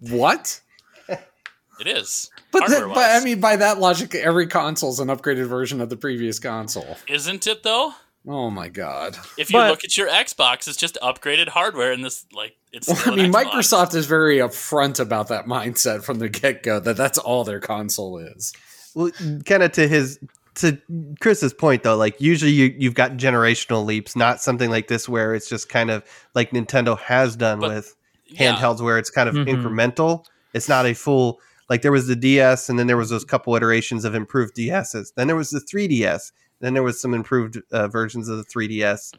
What? It is. But, that, Hardware-wise. but I mean, by that logic, every console's an upgraded version of the previous console. isn't it though? Oh my god! If you But- look at your Xbox, it's just upgraded hardware, and this like it's. Well, Still I mean, an Xbox. Microsoft is very upfront about that mindset from the get go that that's all their console is. well, kind of to his to Chris's point though, like usually you you've got generational leaps, not something like this where it's just kind of like Nintendo has done But- with Yeah. Mm-hmm. handhelds, where it's kind of Mhm. incremental. It's not a full like there was the DS, and then there was those couple iterations of improved DSs. Then there was the 3DS. Then there was some improved uh, versions of the 3DS.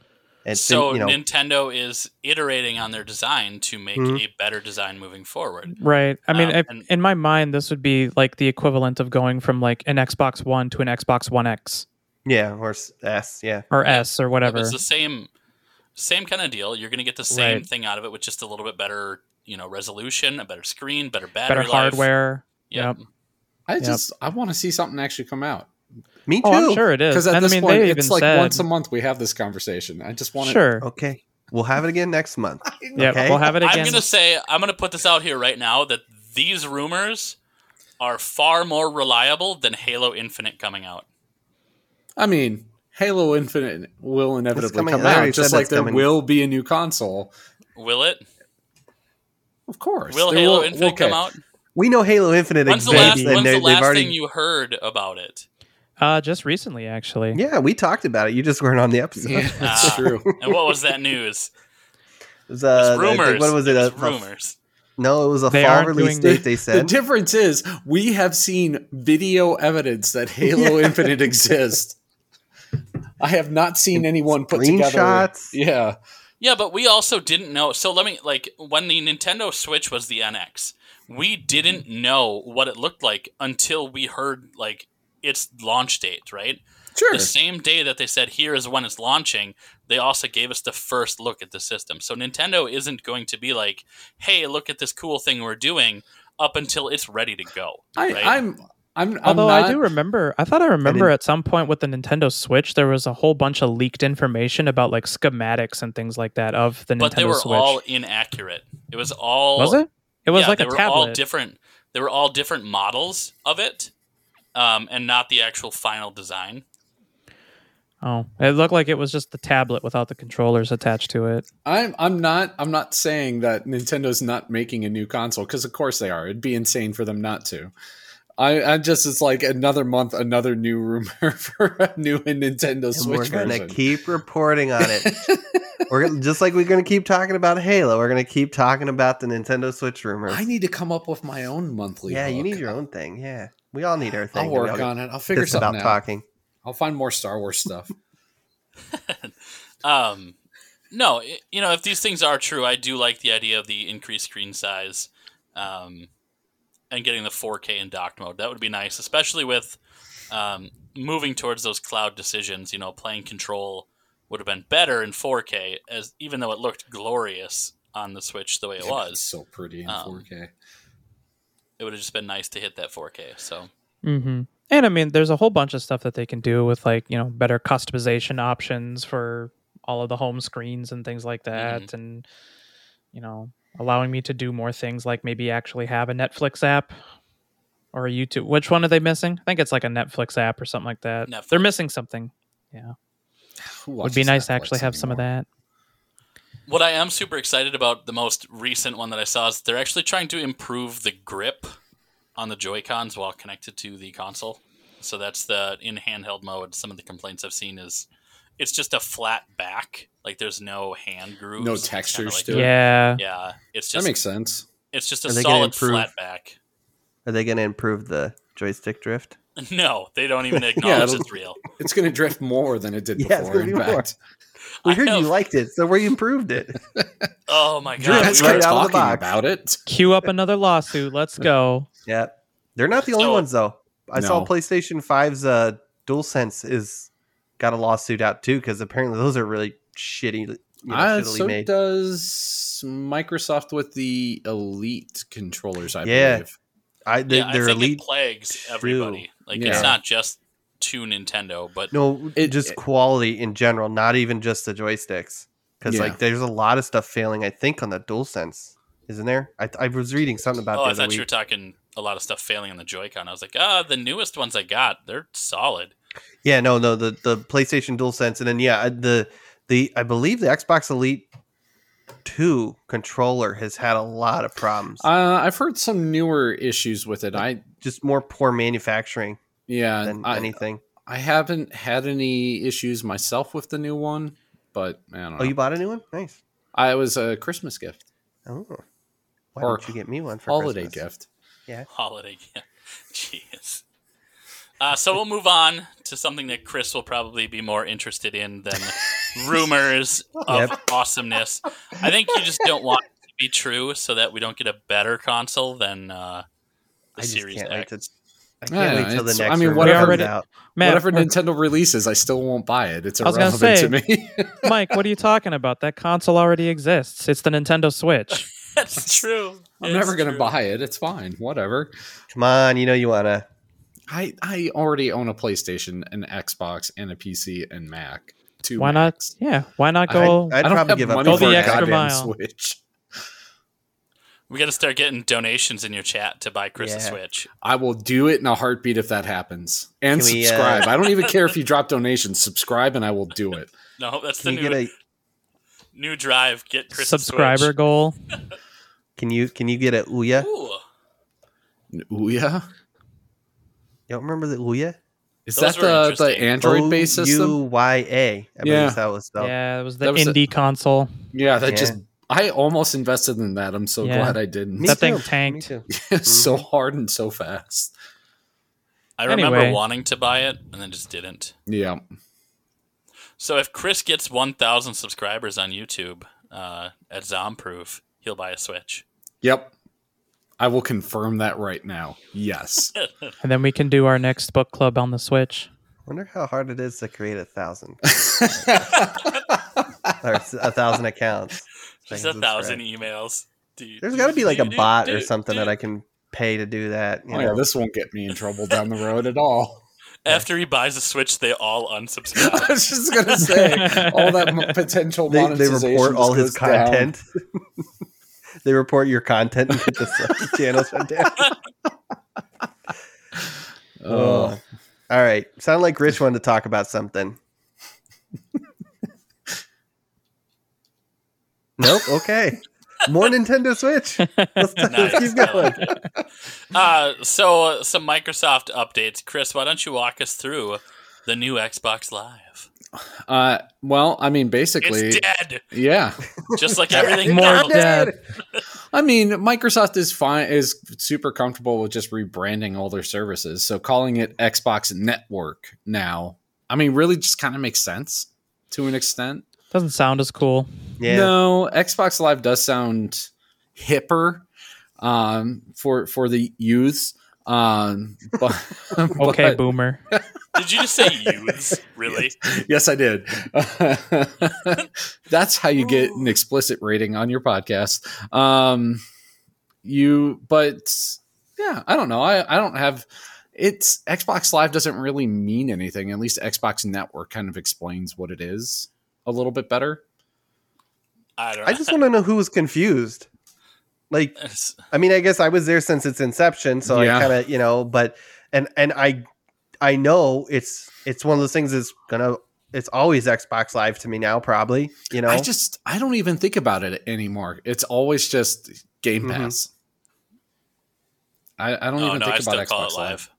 And so so you know, Nintendo is iterating on their design to make Mhm. a better design moving forward. right. I mean, Um, if, and- in my mind, this would be like the equivalent of going from like an Xbox One to an Xbox One X. Yeah, or s- S. Yeah, or S or If whatever. It's the same same kind of deal. You're going to get the same Right. thing out of it with just a little bit better, you know, resolution, a better screen, better battery Better life. hardware. Yep. I Yep. just I want to see something actually come out me too. Oh, I'm sure it is. because at And this I mean, point they it's even like said, once a month we have this conversation. I just want Sure. Okay, we'll have it again next month. Yeah, Okay. we'll have it again. I'm going to say I'm going to put this out here right now that these rumors are far more reliable than Halo Infinite coming out. I mean, Halo Infinite will inevitably coming come out. I already out, just said like it's there coming. will be a new console. Will it? Of course, Will There Halo will- Infinite okay. come out? We know Halo Infinite When's the exists, last, and when's they, the have last already. thing you heard about it? uh, just recently, actually. yeah, we talked about it. You just weren't on the episode. Yeah, that's Ah. true. And what was that news? It It was was, uh, I think- rumors. What was it? Uh, was a- a- rumors. no, it was a They fall aren't release doing- date. They The said difference is we have seen video evidence that Halo Infinite exists. I have not seen anyone put together. Screenshots. Yeah, Yeah, but we also didn't know. So let me like when the Nintendo Switch was the NX, we didn't know what it looked like until we heard like its launch date, right? sure. The same day that they said here is when it's launching, they also gave us the first look at the system. So Nintendo isn't going to be like, "Hey, look at this cool thing we're doing." Up until it's ready to go. I, right? I'm. I'm. Although I'm I not, do remember, I thought I remember didn't- at some point with the Nintendo Switch, there was a whole bunch of leaked information about like schematics and things like that of the but Nintendo they were Switch. all inaccurate. It was all was it? It was yeah, like they a were tablet. all different. They were all different models of it, um, and not the actual final design. oh, it looked like it was just the tablet without the controllers attached to it. I'm. I'm not. I'm not saying that Nintendo's not making a new console because, of course, they are. It'd be insane for them not to. I, I just. It's like another month, another new rumor for a new Nintendo and Switch we're gonna version. keep reporting on it. we're gonna, just like we're gonna keep talking about Halo. We're gonna keep talking about the Nintendo Switch rumors. I need to come up with my own monthly. yeah, you hook. need your own thing. Yeah, we all need our thing. I'll We work all get on it. I'll figure pissed about something out. talking. I'll find more Star Wars stuff. Um, no, i you know, if these things are true, I do like the idea of the increased screen size, um, and getting the 4K in docked mode. That would be nice, especially with um, moving towards those cloud decisions. You know, playing Control would have been better in 4K, as even though it looked glorious on the Switch the way it Yeah, it's was. so pretty in Um, 4K. it would have just been nice to hit that 4K. So Mm-hmm. And I mean, there's a whole bunch of stuff that they can do with like you know better customization options for all of the home screens and things like that, Mm-hmm. and you know allowing me to do more things like maybe actually have a Netflix app or a YouTube. Which one are they missing? I think it's like a Netflix app or something like that. They're Netflix. missing something. Who Would be watches nice to Netflix actually have some of anymore? that. what I am super excited about the most recent one that I saw is they're actually trying to improve the grip on the Joy Cons while connected to the console. So that's the in handheld mode. Some of the complaints I've seen is it's just a flat back. Like there's no hand grooves. No It's kinda textures like- to it. Yeah. Yeah, it's That just makes sense. it's just Are a they gonna solid improve- flat back. Are they gonna improve the joystick drift? No, they don't even acknowledge it'll- it's real. It's going to drift more than it did Yeah, it's before. gonna In be more. fact, We I heard have- you liked it, so we improved it. Oh my Yeah, god! Drift's Drift's we were- right out of the box. talking about it. Queue up another lawsuit. Let's go. Yep. They're not the only So- ones though. I saw No. PlayStation 5's uh DualSense is got a lawsuit out too because apparently those are really shitty, you know, Ah, shittily so made. does Microsoft with the Elite controllers, I Yeah. believe. I they, yeah, I they're think elite. it plagues everybody. Like Yeah. it's not just to Nintendo, but No, It- just it- quality in general, not even just the joysticks. Because Yeah. like, there's a lot of stuff failing. I think on the DualSense, isn't there? I, I was reading something about oh, I the other thought you were week. talking a lot of stuff failing on the Joy-Con. I was like, ah, the newest ones I got, they're solid. yeah, no, no, the the PlayStation DualSense, and then yeah, I- the the I believe the Xbox Elite Two controller has had a lot of problems. Uh, I've heard some newer issues with it. I just more poor manufacturing yeah, than I, anything. I haven't had any issues myself with the new one, but I don't know. Oh, you bought a new one? Nice. I it was a Christmas gift, Oh, why Or don't you get me one for holiday Christmas? gift. Holiday. Yeah. Jeez. Uh, so we'll move on to something that Chris will probably be more interested in than rumors of awesomeness. I think you just don't want it to be true so that we don't get a better console than uh, the I just Series can't wait X. to I can't Yeah, wait till the it's- next. I mean, one whatever comes it- out. Matt, Whatever we're- Nintendo releases, I still won't buy it. It's I was gonna irrelevant to me. Mike, what are you talking about? That console already exists. It's the Nintendo Switch. That's true. I'm It's never gonna true. buy it. It's fine. Whatever. Come on, you know you wanna. I I already own a PlayStation, an Xbox, and a PC and Mac. Two Why not? Macs. Yeah, why not I- go? I'd I don't probably have give up money Go the for a extra goddamn mile. Switch. We got to start getting donations in your chat to buy Chris a Yeah. Switch. I will do it in a heartbeat if that happens. And Can we, uh, subscribe. I don't even care if you drop donations. Subscribe and I will do it. No, that's Can the new you get a new drive. Get Chris a Switch. subscriber goal. Can you can you get a Ouya? You Ooh, Ooh, yeah. don't remember the Ouya? Is Those that were the, the interesting. Android based O U system? Y A. I Yeah. believe that was spelled. Yeah, it was the That was the- indie console. Yeah, that Yeah. just I almost invested in that. I'm so Yeah. glad I didn't. Me That thing too. Me tanked. too. It's so hard and so fast. I remember Anyway. wanting to buy it and then just didn't. Yeah. So if Chris gets 1,000 subscribers on YouTube uh, at Zomproof, he'll buy a Switch. Yep. I will confirm that right now. Yes. And then we can do our next book club on the Switch. Wonder how hard it is to create a thousand or s- a thousand accounts. Just a Things, that's thousand e-, right. emails. Do- There's got to be like a do- do- bot or do- something do. that I can pay to do that. You Oh, yeah, know? this won't get me in trouble down the road at all. After he buys a Switch, they all I unsubscribe. was just gonna say all that mo- potential they, they monetization. report all just his goes down. content. they report your content and get the sub- channel shut down. Oh, All right. Sound like Rich wanted to talk about something. nope. Okay. More Nintendo Switch. Let's, let's keep I going. like it. uh, so uh, some Microsoft updates. Chris, why don't you walk us through the new Xbox Live? uh, well, I mean, basically, It's dead, yeah. just like everything More else. dead. I mean, Microsoft is fine is super comfortable with just rebranding all their services. So calling it Xbox Network now, I mean, really just kind of makes sense to an extent. Doesn't sound as cool. Yeah. No, Xbox Live does sound hipper um, for for the youths. Um, but Okay, but- boomer. Did you just say youths? Really? Yes, I did. That's how you get Oh. an explicit rating on your podcast. Um, you, but yeah, I don't know. I, I don't have it's Xbox Live doesn't really mean anything. At least Xbox Network kind of explains what it is a little bit better. I don't. I just want to know who was confused. Like, I mean, I guess I was there since its inception, so Yeah. I kind of, you know, but and and I, I know it's it's one of those things that's gonna it's always Xbox Live to me now, probably. You know, I just I don't even think about it anymore. It's always just Game Mhm. Pass. I, I don't Mm-hmm. Oh, even no, think I about still Xbox call it Live. live.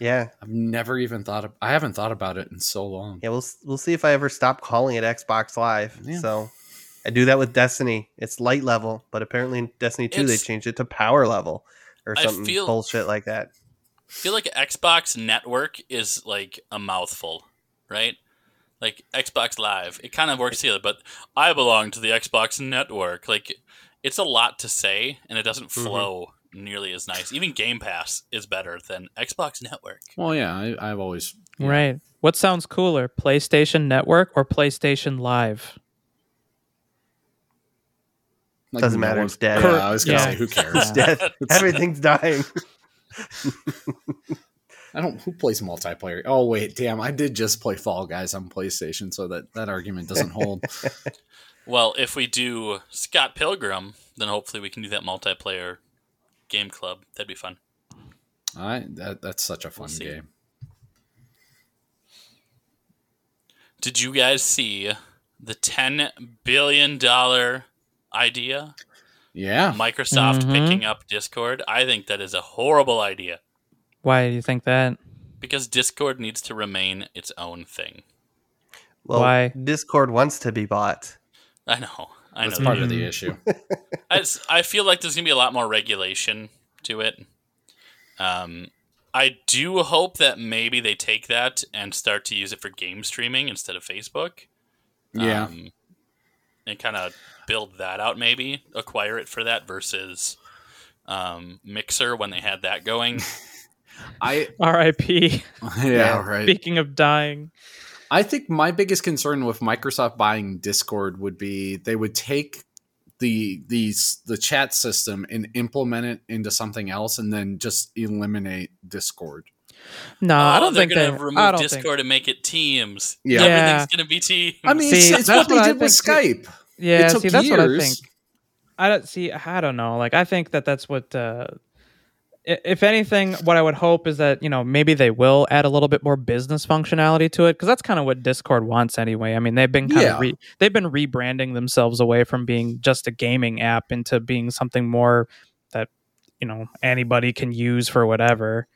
yeah, I've never even thought of. I haven't thought about it in so long. yeah. We'll s- we'll see if I ever stop calling it Xbox Live. Yeah. So I do that with Destiny. It's light level, but apparently in Destiny Two It's- they changed it to power level or I something feel- bullshit like that. I feel like Xbox Network is like a mouthful, right? Like Xbox Live, it kind of works together. But I belong to the Xbox Network. Like, it's a lot to say, and it doesn't Mm-hmm. Mhm. flow nearly as nice. Even Game Pass is better than Xbox Network. Well, yeah, I, I've always Right. What sounds cooler, PlayStation Network or PlayStation Live? like, Doesn't no matter, one's- it's dead. Yeah, I was gonna Yeah. say, who Yeah. cares? Dead. Everything's dying. I don't. Who plays multiplayer? Oh wait, damn! I did just play Fall Guys on PlayStation, so that that argument doesn't hold. Well, if we do Scott Pilgrim, then hopefully we can do that multiplayer game club. That'd be fun. I that, that's such a fun We'll see. game. Did you guys see the ten billion dollar idea? Yeah, Microsoft Mhm. picking up Discord. I think that is a horrible idea Why do you think that? because Discord needs to remain its own thing. Well, Why? Discord wants to be bought. I know. I know. that's they part do. of the Hmm. issue. I, s- I feel like there's going to be a lot more regulation to it. Um, I do hope that maybe they take that and start to use it for game streaming instead of Facebook. Yeah, Um, and kind of build that out, maybe acquire it for that versus um, Mixer when they had that going. I R.I.P. yeah, right. Speaking of dying, I think my biggest concern with Microsoft buying Discord would be they would take the these the chat system and implement it into something else, and then just eliminate Discord. no, Uh, I don't Oh, they're think gonna they. remove I don't think- Discord and make it teams. Yeah. Yeah. everything's gonna be teams. I mean, Hmm. See, it's, it's what that's they what I did with think Skype. yeah, it took see, that's years. what I think. I don't see. I don't know. Like, I think that that's what. Uh, i- if anything, what I would hope is that you know maybe they will add a little bit more business functionality to it because that's kind of what Discord wants anyway. I mean, they've been kind Yeah. of re- they've been rebranding themselves away from being just a gaming app into being something more that you know anybody can use for whatever.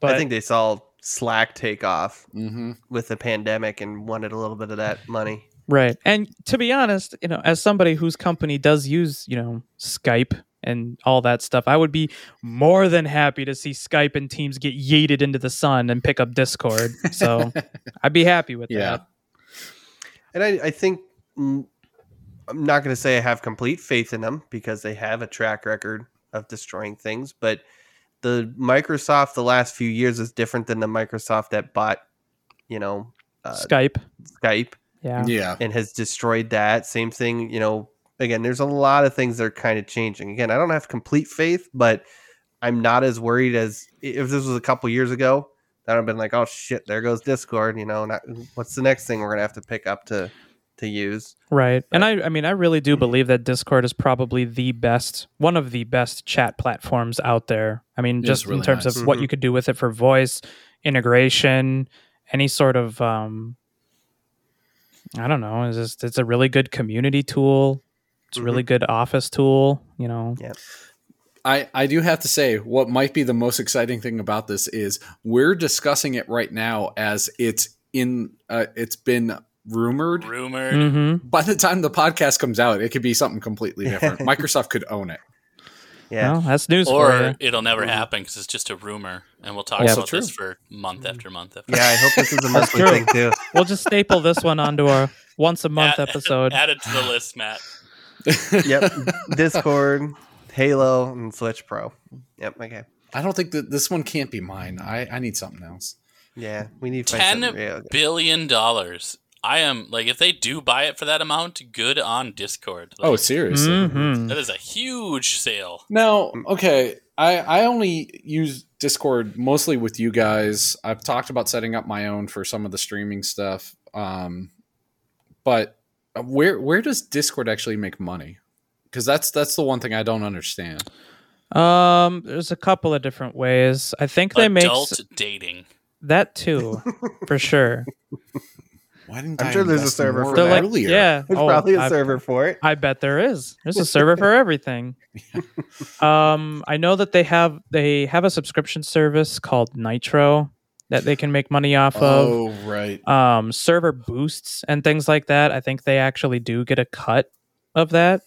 But I think they saw Slack take off Mm-hmm. with the pandemic and wanted a little bit of that money. Right. And to be honest, you know, as somebody whose company does use, you know, Skype and all that stuff, I would be more than happy to see Skype and Teams get yeeted into the sun and pick up Discord. So I'd be happy with Yeah. that. And I, I think mm, I'm not going to say I have complete faith in them because they have a track record of destroying things, but the Microsoft the last few years is different than the Microsoft that bought, you know, uh, Skype. Skype Yeah. Yeah. and has destroyed that. Same thing, you know. Again, there's a lot of things that are kind of changing. Again, I don't have complete faith, but I'm not as worried as if this was a couple years ago. That I've been like, oh shit, there goes Discord. You know, not, what's the next thing we're gonna have to pick up to to use? Right. And I I mean I really Mm-hmm. do believe that Discord is probably the best one of the best chat platforms out there. I mean It's just in really terms nice. of Mm-hmm. what you could do with it for voice integration, any sort of um I don't know, it's just it's a really good community tool. It's a Mm-hmm. really good office tool, you know. I, I do have to say, what might be the most exciting thing about this is we're discussing it right now as it's in uh, it's been rumored. Rumored. Mhm. By the time the podcast comes out, it could be something completely different. Microsoft could own it. Yeah, Well, that's news for you. Or it'll Mm. never happen because it's just a rumor, and we'll talk Yeah. Mm. about So this for month after month after. yeah. I hope this is a monthly true. thing too. We'll just staple this one onto our once a month Add- episode. Add it to the list, Matt. Yep, Discord, Halo, and Switch Pro. Yep. Okay. I don't think that this one can't be mine. I, I need something else. Yeah, we need to Ten find something real. Billion dollars. I am like, if they do buy it for that amount, good on Discord. Like, Oh, seriously. Mhm. that is a huge sale. Now, okay, I, I only use Discord mostly with you guys. I've talked about setting up my own for some of the streaming stuff. Um, but where where does Discord actually make money? Because that's that's the one thing I don't understand. Um there's a couple of different ways. I think they make Adult s- dating. That too, for sure. Why didn't I'm sure there's a invest server more for They're like, earlier? yeah, There's oh, probably a I- server for it. I bet there is. There's a server for everything. Um, I know that they have they have a subscription service called Nitro that they can make money off Oh right. of. Um, server boosts and things like that. I think they actually do get a cut of that.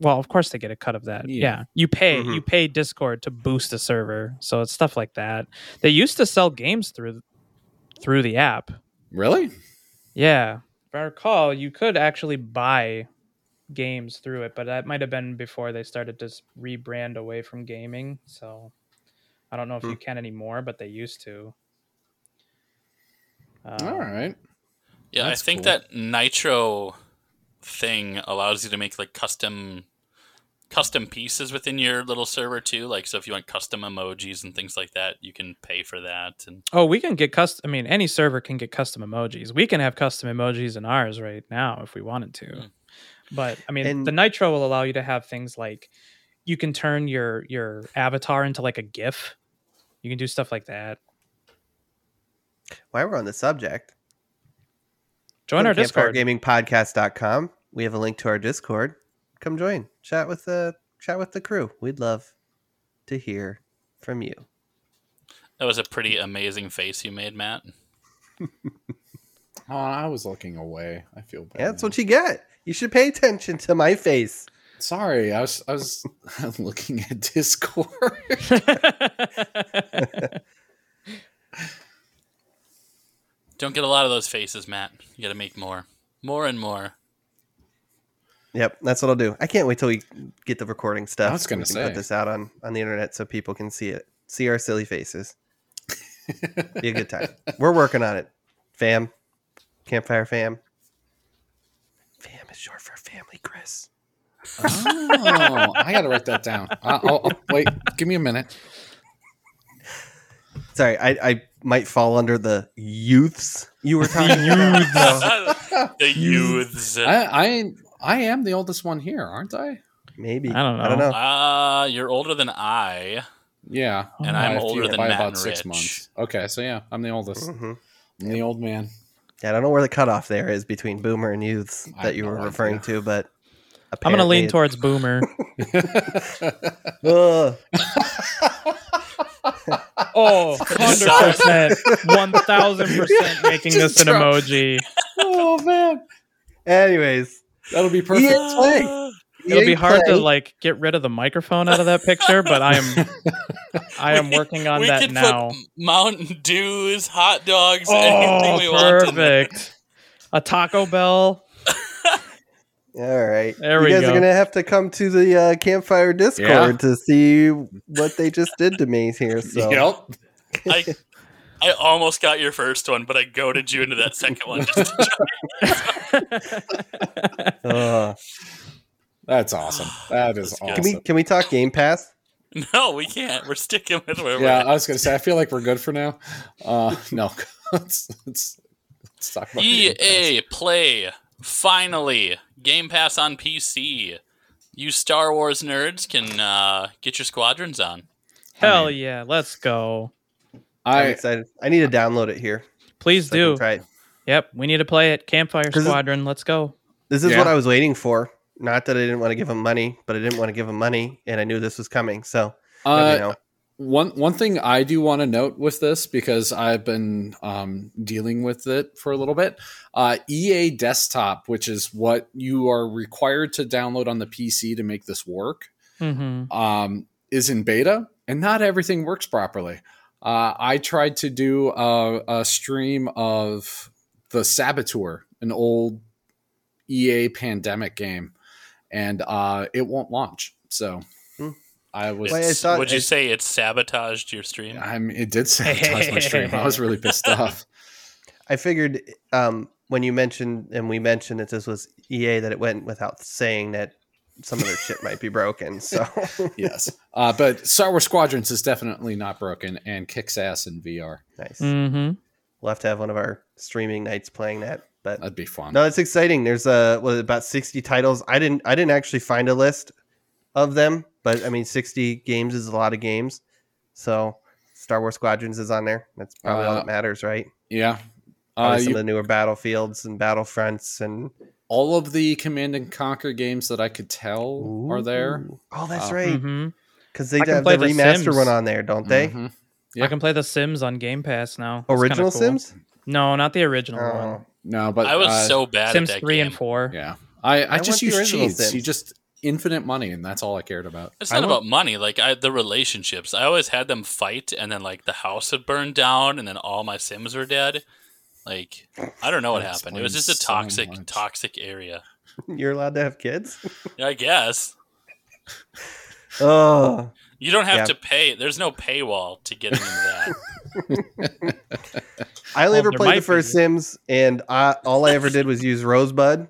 Well, of course they get a cut of that. Yeah. Yeah, you pay Mhm. you pay Discord to boost a server, so it's stuff like that. They used to sell games through through the app. Really? Yeah. If I recall, you could actually buy games through it, but that might have been before they started to s- rebrand away from gaming. So I don't know Hmm. if you can anymore, but they used to. Uh, All right. Yeah, That's I think cool. that Nitro thing allows you to make like custom custom pieces within your little server too. Like so if you want custom emojis and things like that, you can pay for that and Oh, we can get custom. I mean, any server can get custom emojis. We can have custom emojis in ours right now if we wanted to. Mm. But I mean, And- the Nitro will allow you to have things like you can turn your your avatar into like a GIF. You can do stuff like that. While we're on the subject, Join Go our to Discord. campfiregamingpodcast.com. We have a link to our Discord. Come join. Chat with the chat with the crew. We'd love to hear from you. that was a pretty amazing face you made, Matt. Oh, I was looking away. I feel bad. Yeah, that's now. what you get. You should pay attention to my face. Sorry, I was I was looking at Discord. Don't get a lot of those faces, Matt. You gotta make more. More and more. Yep, that's what I'll do. I can't wait till we get the recording stuff. was so gonna we can say. put this out on on the internet so people can see it. see our silly faces. Be a good time. We're working on it, fam. Campfire fam. Fam is short for family, Chris. Oh, I gotta write that down. I'll, I'll, I'll- wait, give me a minute. Sorry, I, I might fall under the youths you were talking about. the youths. I, I I am the oldest one here, aren't I? Maybe. I don't I don't know. know. Ah, you're older than I. Yeah, And by I'm a few- older than by Matt about and six Rich. months. Okay, so yeah, I'm the oldest. Mhm. I'm the old man. Yeah, I don't know where the cutoff there is between boomer and youths I that have you no were idea. referring to, but I'm gonna lean apparently towards Boomer. it- Ugh. oh, 100%, one thousand percent making Just this an drop- emoji. oh man, Anyways, that'll be perfect. Yeah. play. It'll be EA hard to Play. like get rid of the microphone out of that picture, but I am I am We- working on we that could now. put Mountain Dews, hot dogs, anything we Oh, want. in there. perfect. A Taco Bell. All right. There you we guys go. are gonna have to come to the uh, campfire Discord Yeah. to see what they just did to me here. So Yep. I, I almost got your first one, but I goaded you into that second one. Just to try. Ugh. That's awesome. That is That's good. awesome. can we can we talk Game Pass? no, we can't. We're sticking with where we're yeah, at. I was gonna say. I feel like we're good for now. Uh, no, let's, let's, let's talk about the Game EA E Play. Finally, Game Pass on PC. You Star Wars nerds can uh, get your squadrons on. Hell yeah, let's go. I'm Pass. excited. I need to download it here. Please so I can do. try it. Yep, we need to play it. Campfire 'Cause it- Squadron, let's go. This is Yeah. what I was waiting for. Not that I didn't want to give him money, but I didn't want to give him money, and I knew this was coming. So you I, uh, know, one one thing I do want to note with this because I've been um, dealing with it for a little bit. Uh, EA Desktop, which is what you are required to download on the PC to make this work, Mm-hmm. um, is in beta, and not everything works properly. Uh, I tried to do a, a stream of the Saboteur, an old EA pandemic game, and uh, it won't launch. So Hmm. I was. Why I It's- thought would you it- say it sabotaged your stream? I mean, it did sabotage my stream. I was really pissed off. I figured um, when you mentioned and we mentioned that this was EA that it went without saying that some of their shit might be broken. So Yes, uh, but Star Wars Squadrons is definitely not broken and kicks ass in VR. nice. Mm-hmm. We'll have to have one of our streaming nights playing that. But That'd be fun. no, that's exciting. There's uh, what, about sixty titles. I didn't I didn't actually find a list of them, but I mean sixty games is a lot of games. So Star Wars Squadrons is on there. That's probably all Uh, that matters, right? Yeah, uh, Probably some you- of the newer battlefields and battlefronts and all of the Command and Conquer games that I could tell are there. Ooh. Oh, that's Uh, right. hmm Because they I can have the play The remaster Sims. one on there, don't they? Mhm. I can play The Sims on Game Pass now. It's kinda Original cool. Sims? No, not the original Oh, No, but I was uh, so bad one. Sims at that three game. and four. yeah. I, I, I want just the used original cheats. Sims. You just infinite money, and that's all I cared about. It's I not want- about money. Like I, the relationships. I always had them fight, and then like the house had burned down, and then all my Sims were dead. Like I don't know what That happened. It was explains just a so toxic, much. toxic area. you're allowed to have kids? Yeah, I guess Oh, you don't have Yeah. to pay. There's no paywall to get into that. I only Well, ever there played might the first be. Sims, and I, all I ever did was use Rosebud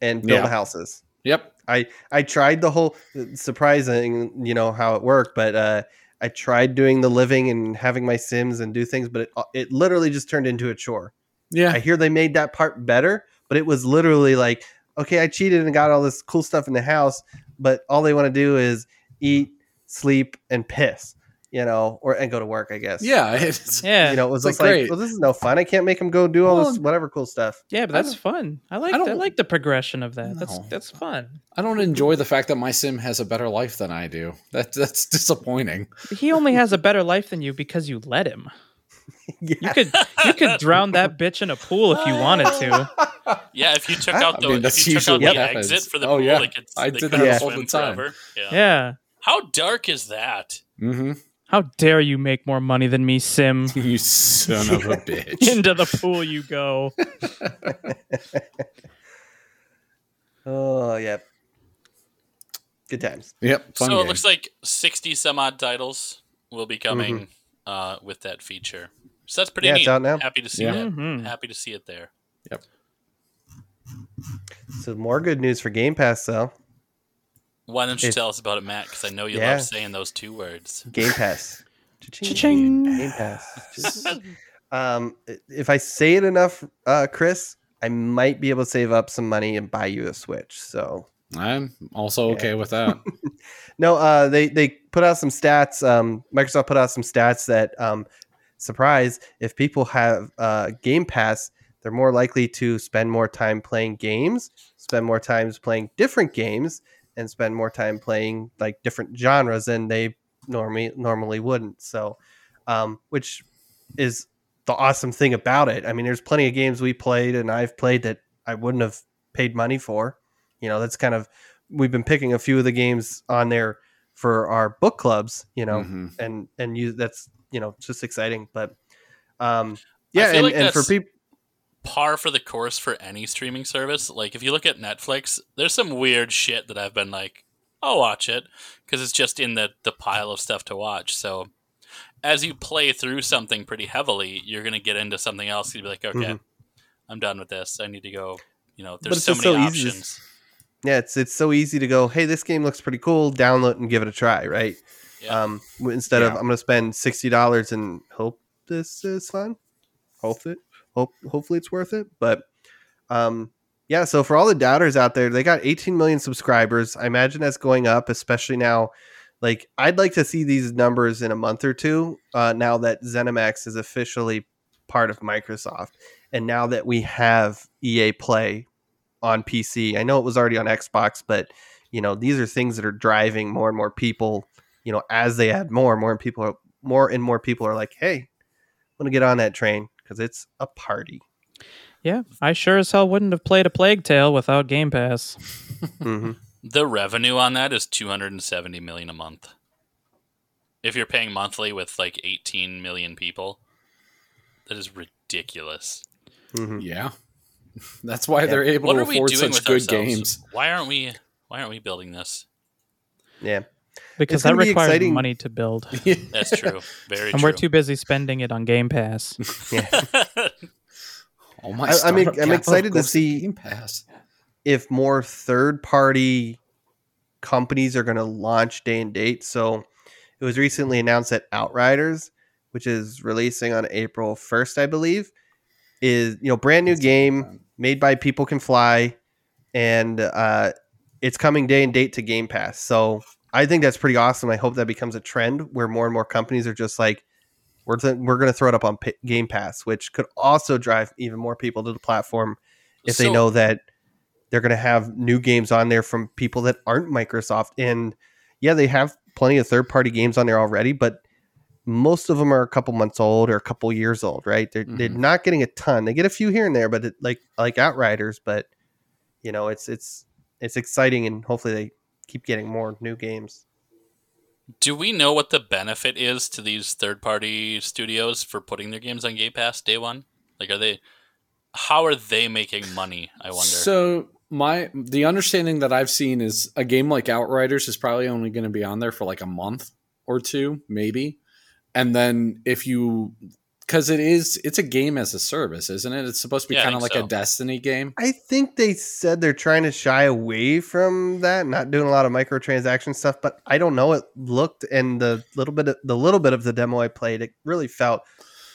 and build Yeah. houses. Yep. I tried the whole surprising, you know how it worked, but uh, I tried doing the living and having my Sims and do things, but it, uh, it literally just turned into a chore. Yeah. I hear they made that part better, but it was literally like, okay, I cheated and got all this cool stuff in the house, but all they want to do is eat, sleep, and piss, you know, or and go to work, I guess. yeah. It's, Yeah, You know, it was It's just like, like, great. well, this is no fun. I can't make them go do all this Well, whatever cool stuff. yeah, but I that's fun. I like I, don't- like the progression of that. That's No. that's fun. I don't enjoy the fact that my sim has a better life than I do. That that's disappointing. He only has a better life than you because you let him. You Yeah. could you could drown that bitch in a pool if you wanted to. Yeah, if you took out I the, mean, that's if you took out usually the what happens. exit for the Oh, pool, yeah. they could, they I did could that not all the swim time. forever. Yeah. Yeah. How dark is that? Mm-hmm. How dare you make more money than me, Sim? You son of a bitch. Into the pool you go. oh, yep. Good times. Yep. Fun so game. it looks like sixty some odd titles will be coming Mm-hmm. uh, with that feature. So that's pretty Yeah, neat. it's out now. Happy to see Yeah. that. Mhm. Happy to see it there. So more good news for Game Pass though. Why don't you It's- tell us about it, Matt? Because I know you Yeah. love saying those two words. Game Pass. Cha-ching. Game Pass. um, if I say it enough, uh, Chris, I might be able to save up some money and buy you a Switch. So I'm also Yeah. okay with that. No, uh, they they put out some stats. Um, Microsoft put out some stats that um, surprise if people have uh, Game Pass, they're more likely to spend more time playing games, spend more times playing different games, and spend more time playing like different genres than they normally normally wouldn't. So, um, which is the awesome thing about it. I mean, there's plenty of games we played and I've played that I wouldn't have paid money for. You know, that's kind of we've been picking a few of the games on there for our book clubs. You know, Mhm. and and you that's you know just exciting. But um, yeah, feel and, like and for that's- people, Par for the course for any streaming service. Like if you look at Netflix, there's some weird shit that I've been like, I'll watch it because it's just in the the pile of stuff to watch. So as you play through something pretty heavily, you're gonna get into something else. You'd be like, okay, Mhm. I'm done with this. I need to go. You know, But there's it's so just many so easy to options. yeah, it's it's so easy to go. Hey, this game looks pretty cool. Download and give it a try. Right. Yeah. Um, w- instead of Yeah. I'm going to spend sixty dollars and hope this is fun. Hope it. Hope hopefully it's worth it. But um, yeah. So for all the doubters out there, they got 18 million subscribers. I imagine that's going up, especially now. Like I'd like to see these numbers in a month or two. Uh, now that ZeniMax is officially part of Microsoft, and now that we have EA Play on PC, I know it was already on Xbox, but you know these are things that are driving more and more people you know, as they add more, more and people, are, more and more people are like, "Hey, I'm gonna get on that train because it's a party." Yeah, I sure as hell wouldn't have played a Plague Tale without Game Pass. hmm The revenue on that is 270 million a month. If you're paying monthly with like 18 million people, that is ridiculous. hmm yeah. That's why Yeah. they're able What to are we afford doing such with good ourselves? games. Why aren't we why aren't we building this? Yeah, Because It's that gonna be requires exciting. money to build. That's true. Very and true. we're too busy spending it on Game Pass. All Oh my I- I'm startup ex- I'm capital excited to goes see- Game Pass. if more third-party companies are gonna launch day and date, so it was recently announced that Outriders, which is releasing on April 1st, I believe, is you know brand new game. made by People Can Fly, and uh, it's coming day and date to Game Pass. So I think that's pretty awesome. I hope that becomes a trend where more and more companies are just like, we're th- we're going to throw it up on P- Game Pass, which could also drive even more people to the platform if they So- know that they're going to have new games on there from people that aren't Microsoft. And yeah, they have plenty of third party games on there already, but most of them are a couple months old or a couple years old, right? They're, they're Mhm. not getting a ton. They get a few here and there, but it, like like Outriders, but you know, it's it's it's exciting and hopefully they keep getting more new games. Do we know what the benefit is to these third party studios for putting their games on Game Pass day one? Like are they how are they making money, I wonder? So my the understanding that I've seen is a game like Outriders is probably only going to be on there for like a month or two, maybe, and then if you because it is it's a game as a service, isn't it? It's supposed to be Yeah, I kind of think like so. a Destiny game. I think they said they're trying to shy away from that, not doing a lot of microtransaction stuff. But I don't know. It looked and the little bit of, the little bit of the demo I played, it really felt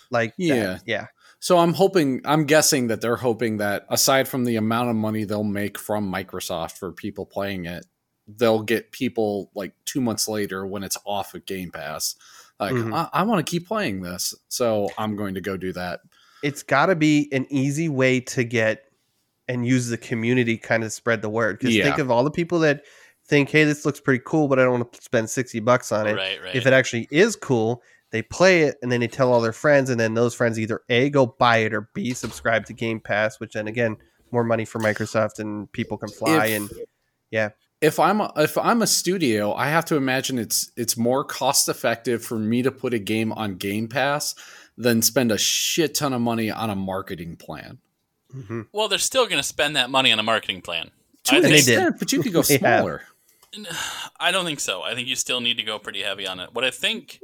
like that. Yeah. yeah, So I'm hoping, I'm guessing that they're hoping that aside from the amount of money they'll make from Microsoft for people playing it, they'll get people like two months later when it's off of Game Pass. Like, Mhm. I, I want to keep playing this, so I'm going to go do that. it's got to be an easy way to get and use the community kind of spread the word. Because Yeah. think of all the people that think, "Hey, this looks pretty cool," but I don't want to spend sixty bucks on it. right, right. if it actually is cool they play it and then they tell all their friends and then those friends either a go buy it or b subscribe to game pass which then again more money for microsoft and people can fly If- and yeah. If I'm a, if I'm a studio, I have to imagine it's it's more cost effective for me to put a game on Game Pass than spend a shit ton of money on a marketing plan. Mhm. well, they're still going to spend that money on a marketing plan. To I an think- And they did. extent, but you could go They have. smaller. I don't think so. I think you still need to go pretty heavy on it. What I think,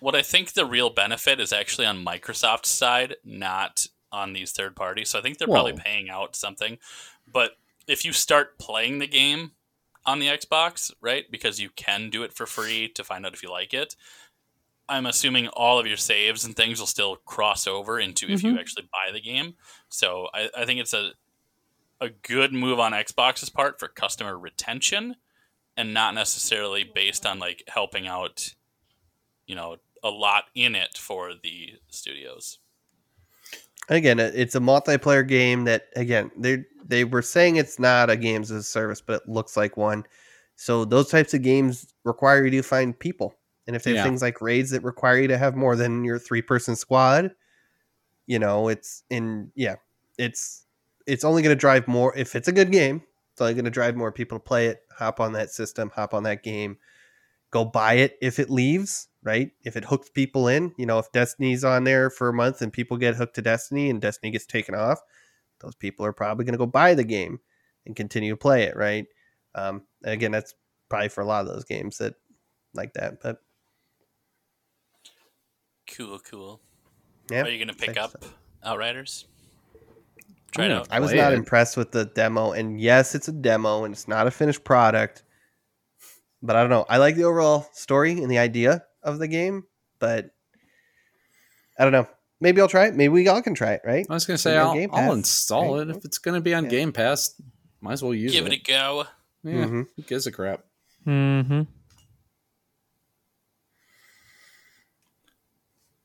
what I think the real benefit is actually on Microsoft's side, not on these third parties. So I think they're probably Whoa. paying out something. But if you start playing the game on the Xbox, right, because you can do it for free to find out if you like it. I'm assuming all of your saves and things will still cross over into if you actually buy the game. So I, I think it's a a good move on Xbox's part for customer retention and not necessarily based on like helping out, you know, a lot in it for the studios. again it- it's a multiplayer game that again they they were saying it's not a games as a service but it looks like one so those types of games require you to find people and if they Yeah. have things like raids that require you to have more than your three person squad you know it's in yeah it's it's only going to drive more if it's a good game it's only going to drive more people to play it hop on that system hop on that game go buy it if it leaves, right? If it hooks people in, you know, if Destiny's on there for a month and people get hooked to Destiny and Destiny gets taken off, those people are probably going to go buy the game and continue to play it, right? Um, and again, that's probably for a lot of those games that like that, but Cool, cool. yeah. Are you going to pick think up so. Outriders? Try it gonna out. I was play not it. impressed with the demo, and yes, it's a demo and it's not a finished product, but I don't know. I like the overall story and the idea of the game, but I don't know. Maybe I'll try it. Maybe we all can try it, right? I was gonna say It's on I'll, Game I'll Pass, install right? it if it's gonna be on Yeah. Game Pass. Might as well use Give it. it a go. yeah, Mhm. who gives a crap? Mm-hmm.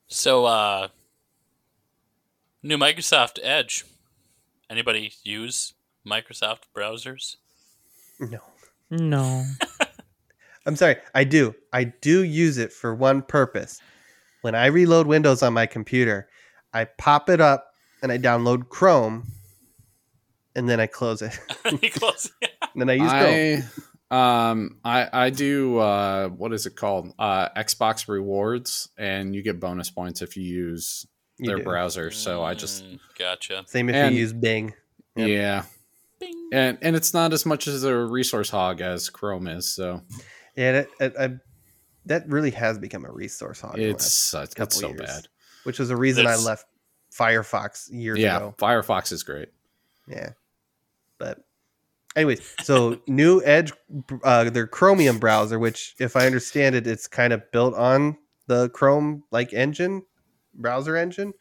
So, uh, new Microsoft Edge. Anybody use Microsoft browsers? No. No. I'm sorry. I do. I do use it for one purpose. When I reload Windows on my computer, I pop it up and I download Chrome and then I close it. You close- And then I use Chrome. I um I I do uh what is it called? Uh Xbox rewards and you get bonus points if you use You their do. browser. So I just Mm, gotcha. Same if and- you use Bing. Yep. yeah. Bing. And and it's not as much as a resource hog as Chrome is, so Yeah, that, that- I, that really has become a resource hog. in the it's last- such, couple it's so years. bad. which was the reason I It's- left Firefox years Yeah, ago. Firefox is great. Yeah, but anyways, so new Edge, uh, their Chromium browser, which if I understand it, it's kind of built on the Chrome like engine, browser engine.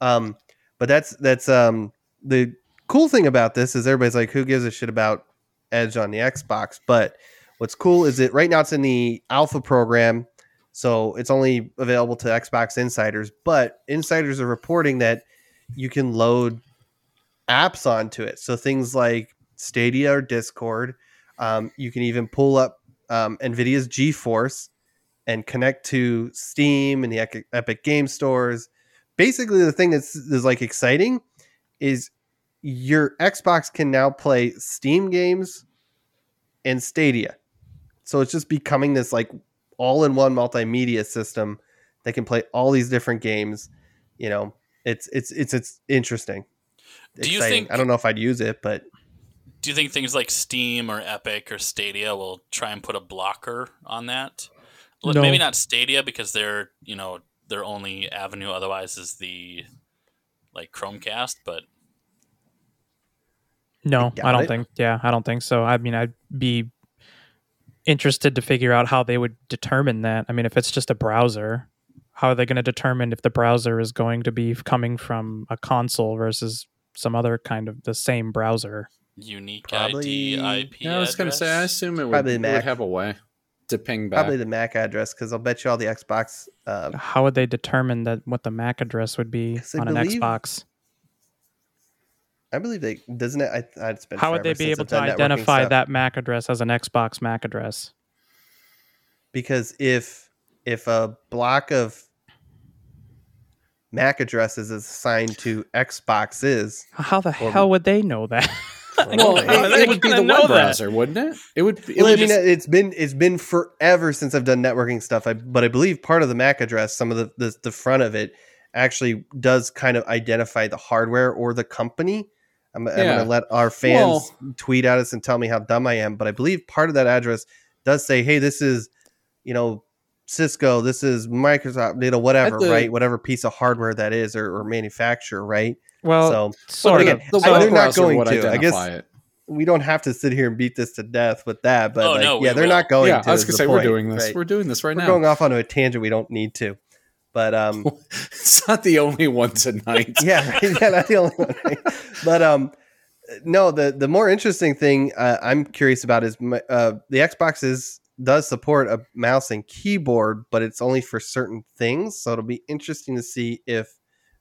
Um, but that's that's um the cool thing about this is everybody's like, who gives a shit about Edge on the Xbox? But what's cool is that right now it's in the alpha program, so it's only available to Xbox insiders. But insiders are reporting that you can load apps onto it. So things like Stadia or Discord. Um, you can even pull up um, NVIDIA's GeForce and connect to Steam and the Ec- Epic Game Stores. Basically, the thing that's is like exciting is your Xbox can now play Steam games and Stadia. So it's just becoming this like all-in-one multimedia system that can play all these different games. You know, it's it's it's it's interesting. Do you think- I don't know if I'd use it, but Do you think things like Steam or Epic or Stadia will try and put a blocker on that? L- No. Maybe not Stadia because their you know their only avenue otherwise is the like Chromecast, but No, doubt I don't it. think. Yeah, I don't think so. I mean, I'd be interested to figure out how they would determine that. I mean, if it's just a browser, how are they going to determine if the browser is going to be coming from a console versus some other kind of the same browser? unique Probably- ID IP. Yeah, I was gonna say I address? assume it would, Probably it would Mac. have a way to ping back. probably the Mac address because I'll bet you all the Xbox. Uh, How would they determine that what the MAC address would be 'Cause I on an believe- Xbox? I believe they doesn't it. I, I, it's been How forever would they be since able I've to done networking identify stuff. that MAC address as an Xbox MAC address? because if if a block of MAC addresses is assigned to Xboxes, How the Or- hell would they know that? Well, How are it, they it would be gonna the know web that? browser, wouldn't it? It would. It well, I would mean, uh, just- it's been it's been forever since I've done networking stuff. I, but I believe part of the MAC address, some of the, the the front of it, actually does kind of identify the hardware or the company. I'm, I'm Yeah. going to let our fans tweet at us and tell me how dumb I am, but I believe part of that address does say, hey, this is, you know, Cisco, this is Microsoft, you know, whatever, the- right? Whatever piece of hardware that is or, or manufacturer, right? Oh. Well, so sort again, of. The So- web They're not browser going would to. I guess- identify it. we don't have to sit here and beat this to death with that, but Oh, like, no, we yeah, they're will. not going yeah, to. I was is gonna the say we're point, doing this. right? We're doing this right We're now. going off onto a tangent we don't need to. But um, it's not the only one tonight. yeah, right? yeah, not the only one. right? But um, no, the the more interesting thing uh, I'm curious about is my- uh, the Xbox is does support a mouse and keyboard, but it's only for certain things. So it'll be interesting to see if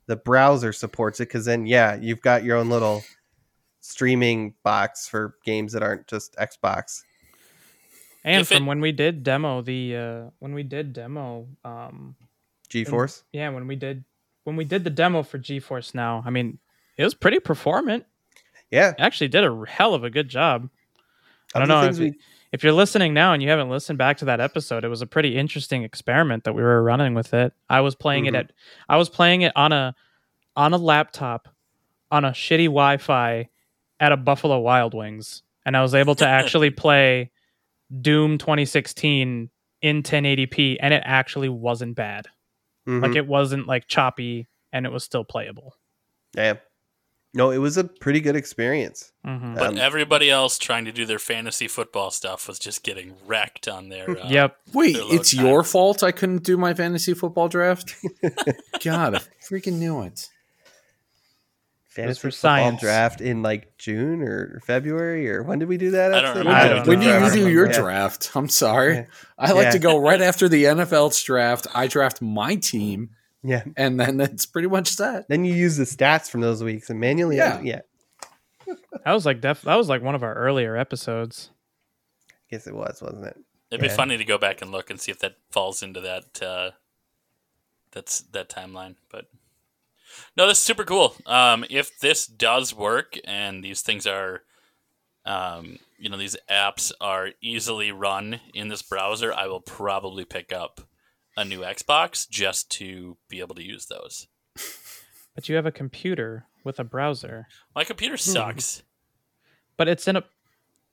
the browser supports it, because then yeah, you've got your own little streaming box for games that aren't just Xbox. and If it- from when we did demo the uh, when we did demo um, GeForce. yeah when we did when we did the demo for GeForce now I mean it was pretty performant Yeah, actually did a hell of a good job I Of don't the know things if, we- if you're listening now and you haven't listened back to that episode it was a pretty interesting experiment that we were running with it I was playing Mhm. it at I was playing it on a on a laptop on a shitty Wi-Fi at a Buffalo Wild Wings and I was able to actually play Doom 2016 in 1080p and it actually wasn't bad. Mhm. Like it wasn't like choppy and it was still playable. yeah. No, it was a pretty good experience. Mhm. But Um, everybody else trying to do their fantasy football stuff was just getting wrecked on their. Uh, Yep. Wait, They're low it's your fault I couldn't do my fantasy football draft? God, I freaking knew it. fantasy for football science. draft in like June or February or when did we do that? I don't Epson? remember. I don't when do know. you I do your Yeah. draft? I'm sorry. Yeah. I like Yeah. to go right after the NFL's draft. I draft my team, Yeah. and then that's pretty much set. Then you use the stats from those weeks and manually. Yeah. Yeah, yeah I That was like def- that was like one of our earlier episodes. guess it was, wasn't it? It'd be Yeah. funny to go back and look and see if that falls into that uh, that's that timeline. But no, this is super cool. Um, if this does work and these things are, um, you know, these apps are easily run in this browser, I will probably pick up a new Xbox just to be able to use those. But you have a computer with a browser, My computer sucks. but it's in a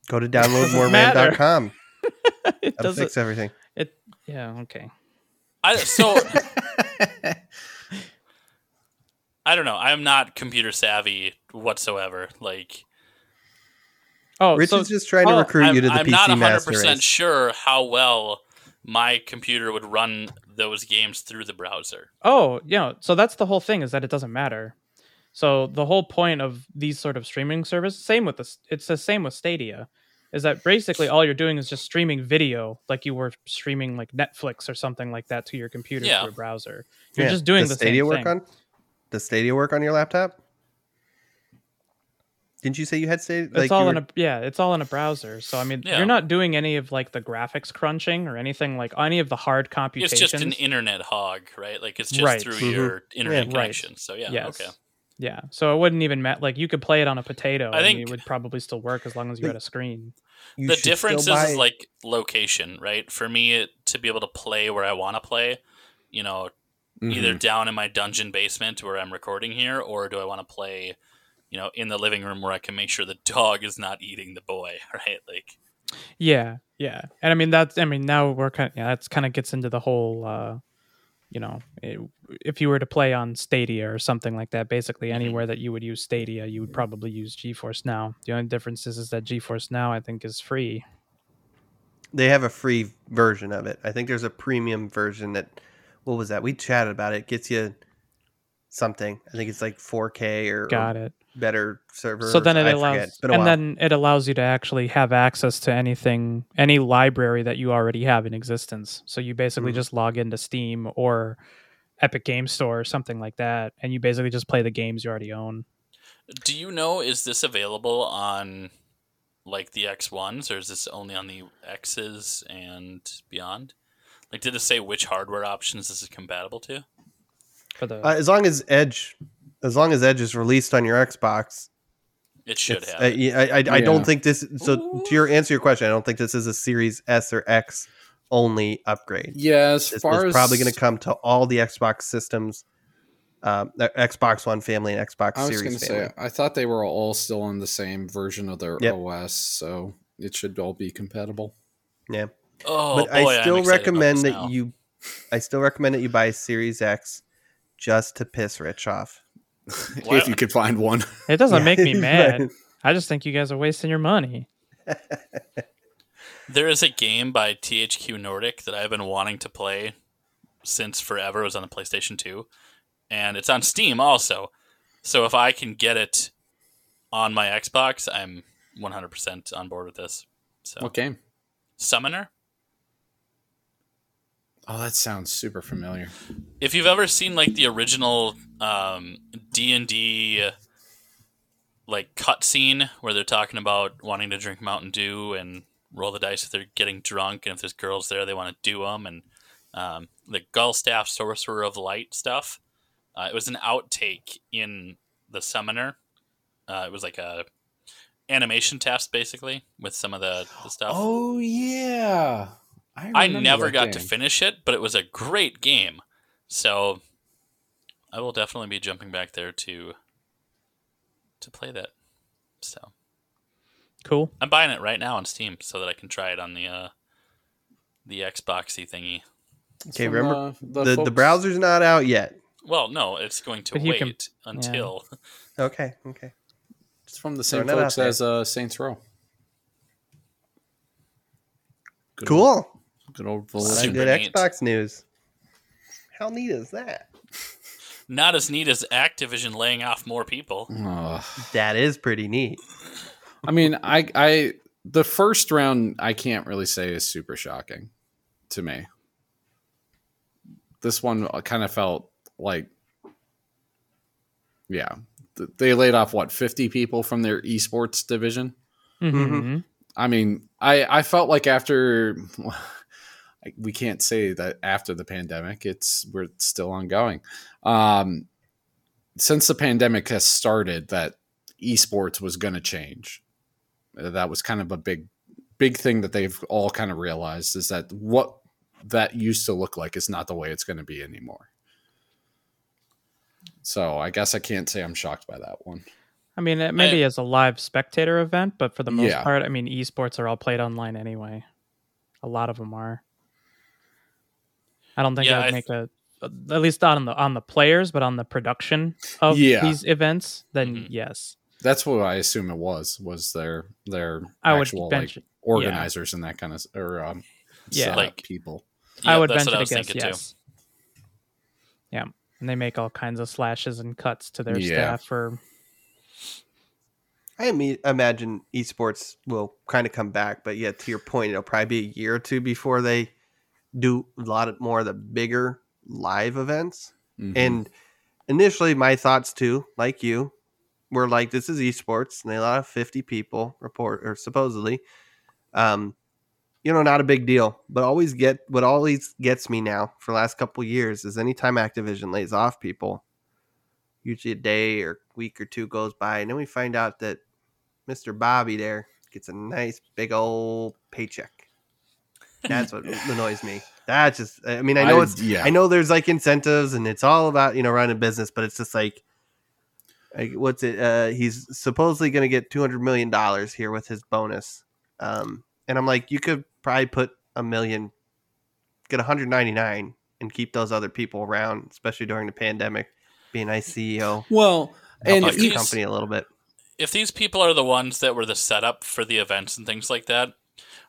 Go to matter. downloadmoreman.com. it That'll doesn't fix everything. it yeah, okay. I so I don't know. I'm not computer savvy whatsoever. Like Oh, Rich so is just trying to oh, recruit I'm, you to the I'm PC not 100% master race. sure how well my computer would run those games through the browser. Oh, yeah. So that's the whole thing is that it doesn't matter. So the whole point of these sort of streaming services, same with this, it's the same with Stadia, is that basically all you're doing is just streaming video, like you were streaming like Netflix or something like that to your computer Yeah. through a browser. You're Yeah. just doing Does the Stadia same work thing. on? Does Stadia work on your laptop? Didn't you say you had Stadia? it's all in a yeah, it's all in a browser. So I mean, Yeah. you're not doing any of like the graphics crunching or anything like any of the hard It's computations. just an internet hog, right? Like it's just Right. through Mhm. your internet Yeah. Right. connection. So yeah, yes. okay. Yeah. So it wouldn't even matter. Like you could play it on a potato, I and think- it would probably still work as long as you had a screen. you the should still difference is, buy- is like location, right? For me it, to be able to play where I want to play, you know, Mm-hmm. either down in my dungeon basement where I'm recording here or do I want to play you know, in the living room where I can make sure the dog is not eating the boy, right? Like, Yeah, yeah, and I mean that's I mean now we're kind of yeah that's kind of gets into the whole uh, you know i if you were to play on Stadia or something like that, basically Mm-hmm. anywhere that you would use Stadia, you would probably use GeForce Now. The only difference is is that GeForce Now I think is free. they have a free version of it. I think there's a premium version that what was that? We chatted about it. Gets you something. I think it's like 4K or, or Got it. better server. So then it I allows forget. It's been a and while. then it allows you to actually have access to anything any library that you already have in existence. So you basically Mhm. just log into Steam or Epic Game Store or something like that, and you basically just play the games you already own. Do you know is this available on like the X ones or is this only on the X's and beyond? Like, did it say which hardware options this is compatible to? For the Uh, as long as Edge, as long as Edge is released on your Xbox, It should it's- uh, have. I, it. I, I, I Yeah. don't think this. So Ooh. to your answer your question, I don't think this is a Series S or X only upgrade. Yeah, as This far was as probably going to come to all the Xbox systems, um, the Xbox One family and Xbox I was going Series to family. say, I thought they were all still on the same version of their Yep. OS, so it should all be compatible. Yeah. Oh but boy, I'm I still excited about recommend this that now. you I still recommend that you buy Series X just to piss Rich off. Why- if you could find one. It doesn't make me But- mad. I just think you guys are wasting your money. There is a game by THQ Nordic that I've been wanting to play since forever. It was on the PlayStation 2, and it's on Steam also. So if I can get it on my Xbox, I'm 100% on board with this. So What game? Summoner. Oh, that sounds super familiar. If you've ever seen like the original um, D&D like cutscene where they're talking about wanting to drink Mountain Dew and roll the dice if they're getting drunk, and if there's girls there, they want to do them, and um, the Gullstaff Sorcerer of Light stuff. Uh, it was an outtake in the Summoner. Uh, it was like a animation test basically with some of the, the stuff. Oh yeah, I remember never that got to game. finish it, but it was a great game. So I will definitely be jumping back there to to play that. So Cool. I'm buying it right now on Steam so that I can try it on the uh the Xboxy thingy. It's Okay, from, remember uh, The the folks- browser's not out yet. Well, no, it's going to But you wait can- until Okay, okay. It's from the same Throwing it folks out there. as uh, Saints Row. Good old- Cool. good old That's Super Volition. good neat. Xbox news. How neat is that? not as neat as Activision laying off more people. Ugh. That is pretty neat. I mean, I, I, the first round, I can't really say is super shocking to me. This one kind of felt like, yeah, Th- they laid off what fifty people from their esports division. Mm-hmm. hmm I mean, I, I felt like after we can't say that after the pandemic, it's we're still ongoing. Um, since the pandemic has started, that esports was going to change. Uh, That was kind of a big, big thing that they've all kind of realized is that what that used to look like is not the way it's going to be anymore. So I guess I can't say I'm shocked by that one. I mean, it maybe as a live spectator event, but for the most Yeah. part, I mean, esports are all played online anyway. A lot of them are. I don't think Yeah, that would I make a at least not on the on the players, but on the production of Yeah. these events. Then Mhm. yes, That's what I assume it was. Was their their I would actual like bench. organizers and that kind of or um, Yeah. setup Like- people. I Yep, would that's venture what I to was guess thinking too. yes. Yeah, and they make all kinds of slashes and cuts to their Yeah. staff or I mean, imagine esports will kind of come back, but yeah, to your point, it'll probably be a year or two before they do a lot of more of the bigger live events. Mhm. And initially, my thoughts too, like you, were like, "This is esports," and they allowed fifty people report or supposedly. Um, you know, not a big deal, but always get what always gets me now for the last couple years is anytime Activision lays off people, usually a day or week or two goes by, and then we find out that Mister Bobby there gets a nice big old paycheck. That's what annoys me. That's just, I mean, I know it's yeah. I know there's like incentives and it's all about, you know, running a business, but it's just like, like what's it? Uh, he's supposedly going to get $200 million here with his bonus. Um, and I'm like, you could probably put a million, get 199 and keep those other people around, especially during the pandemic, be a nice CEO, Well, E help and out if your you- e- company a little bit. if these people are the ones that were the setup for the events and things like that,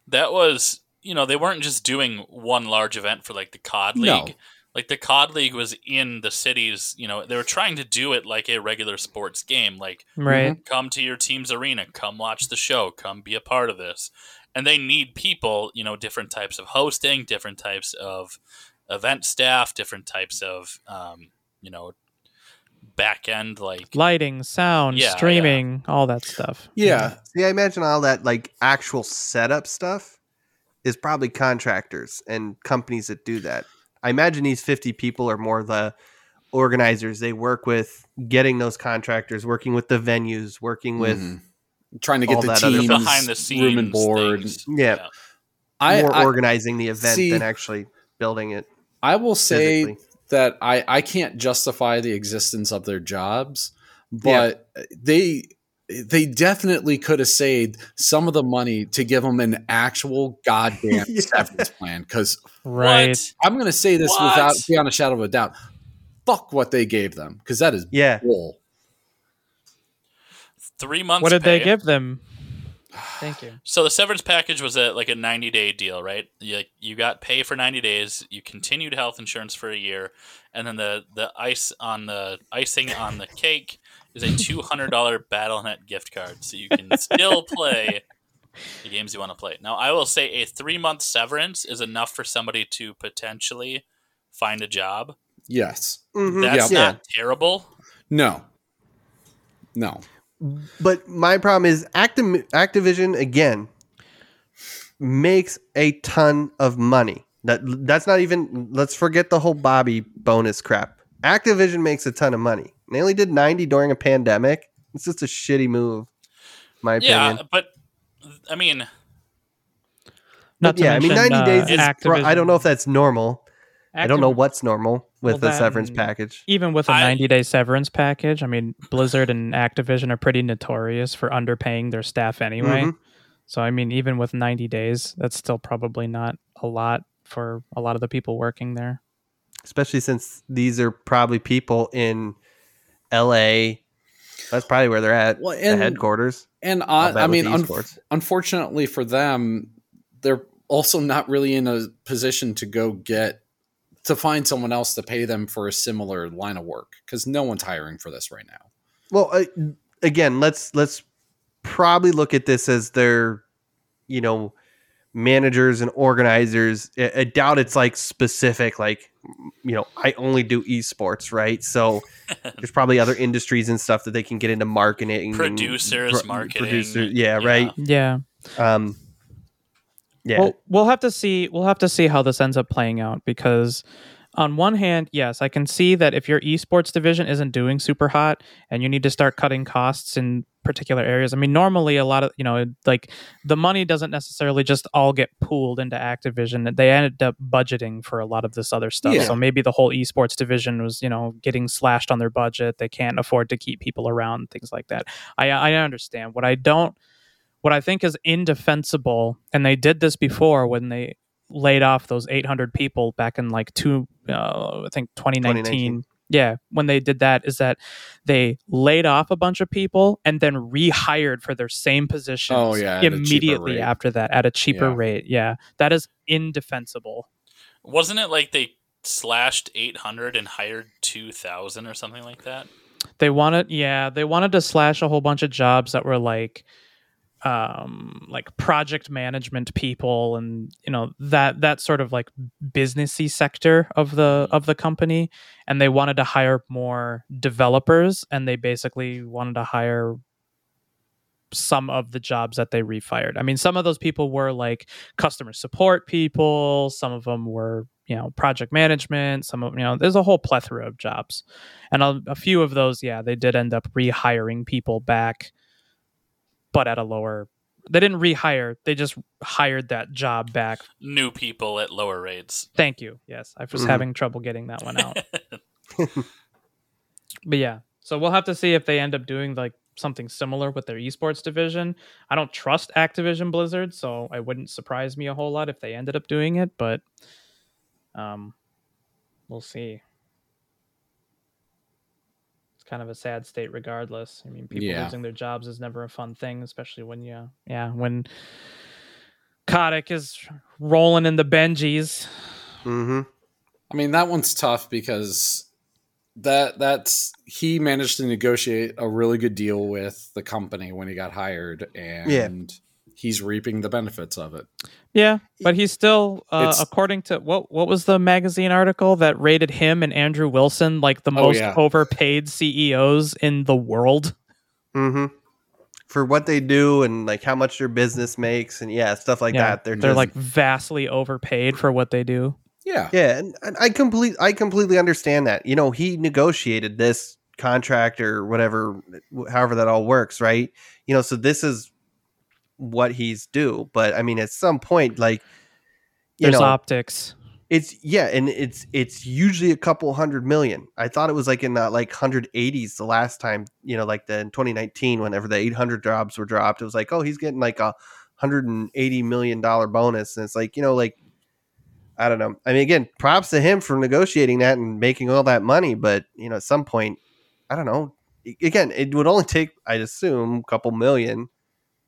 that was you know they weren't just doing one large event for like the COD League. No. Like the COD League was in the cities. You know they were trying to do it like a regular sports game. Like right. come to your team's arena, come watch the show, come be a part of this. And they need people. You know different types of hosting, different types of event staff, different types of um, you know back end like Lighting, sound, Yeah, yeah. streaming, all that stuff. yeah, See, I imagine all that like actual setup stuff is probably contractors and companies that do that. I imagine these 50 people are more the organizers. They work with getting those contractors, working with the venues, working with mhm. trying to get all the that other teams Teams, behind the scenes room and board. things. Yeah. I, more I organizing the event see- than actually building it. I will say physically. that I I can't justify the existence of their jobs, but they they definitely could have saved some of the money to give them an actual goddamn Yeah. severance plan. Because Right. What? I'm going to say this What? without beyond a shadow of a doubt. Fuck what they gave them because that is Yeah. bull. Three months. What did pay. they give them? Thank you. So the severance package was a, like a 90 day deal, right? You, you got pay for 90 days, you continued health insurance for a year, and then the, the ice on the icing on the cake is a $200 BattleNet gift card, so you can still play the games you want to play. Now, I will say a three month severance is enough for somebody to potentially find a job. Yes. Mm, Mhm. That's Yeah. not terrible. No. No. But my problem is Activ- Activision again makes a ton of money. That that's not even. Let's forget the whole Bobby bonus crap. Activision makes a ton of money. And They only did ninety during a pandemic. It's just a shitty move. My yeah, opinion. but I mean, Not to yeah, I mean, mention, ninety days. uh, Is, pro- I don't Activision- know if that's normal. I don't know Activ- what's normal with Well, the that severance and- package. Even with a I- 90 day severance package, I mean, Blizzard and Activision are pretty notorious for underpaying their staff anyway. Mhm. So, I mean, even with 90 days, that's still probably not a lot for a lot of the people working there. especially since these are probably people in L.A. That's probably where they're at, Well, the and- headquarters. And I'll on, bet I with mean, the un- esports. unfortunately for them, they're also not really in a position to go get to find someone else to pay them for a similar line of work because no one's hiring for this right now. Well, uh, again, let's let's probably look at this as their, you know, managers and organizers. I, I doubt it's like specific, like you know, I only do esports, right? So there's probably other industries and stuff that they can get into marketing, and producers, pro- marketing. producers, yeah, right. Yeah. Um, yeah, Well, we'll have to see. We'll have to see how this ends up playing out because, on one hand, yes, I can see that if your esports division isn't doing super hot and you need to start cutting costs in particular areas. I mean, normally a lot of you know, like the money doesn't necessarily just all get pooled into Activision. They ended up budgeting for a lot of this other stuff. Yeah. So maybe the whole esports division was you know getting slashed on their budget. They can't afford to keep people around, things like that. I I understand. What I don't what I think is indefensible, and they did this before when they laid off those 800 people back in like two, uh, I think 2019. 2019. Yeah, when they did that, is that they laid off a bunch of people and then rehired for their same positions Oh, yeah, at a cheaper immediately rate. after that at a cheaper Yeah. rate. Yeah, that is indefensible. Wasn't it like they slashed 800 and hired 2,000 or something like that? They wanted, yeah, they wanted to slash a whole bunch of jobs that were like, um, like project management people, and you know that that sort of like businessy sector of the of the company, and they wanted to hire more developers, and they basically wanted to hire some of the jobs that they refired. I mean, some of those people were like customer support people, some of them were you know project management, some of you know there's a whole plethora of jobs and a, a few of those yeah they did end up rehiring people back but at a lower they didn't rehire they just hired that job back New people at lower rates. thank you yes i was Mhm. having trouble getting that one out but yeah so we'll have to see if they end up doing like something similar with their esports division i don't trust activision blizzard so it wouldn't surprise me a whole lot if they ended up doing it but um we'll see it's kind of a sad state regardless i mean people Yeah. losing their jobs is never a fun thing especially when you yeah when Kotick is rolling in the benjis hmm I mean, that one's tough because that that's he managed to negotiate a really good deal with the company when he got hired, and he's reaping the benefits of it. Yeah, but he's still, uh, It's- according to what what was the magazine article that rated him and Andrew Wilson like the Oh, most yeah. overpaid CEOs in the world? hmm For what they do and like how much their business makes and yeah, stuff like Yeah, that. They're, They're just- like vastly overpaid for what they do. Yeah, yeah, and, and I complete I completely understand that. You know, he negotiated this contract or whatever, wh- however that all works, right? You know, so this is what he's due. But I mean, at some point, like you There's know, optics. It's yeah, and it's it's usually a couple hundred million. I thought it was like in the like hundred eighties the last time, you know, like the in twenty nineteen, whenever the eight hundred jobs were dropped, it was like, oh, he's getting like a hundred and eighty million dollar bonus. And it's like, you know, like I don't know. I mean again, props to him for negotiating that and making all that money, but you know, at some point, I don't know. Again, it would only take, I'd assume, a couple million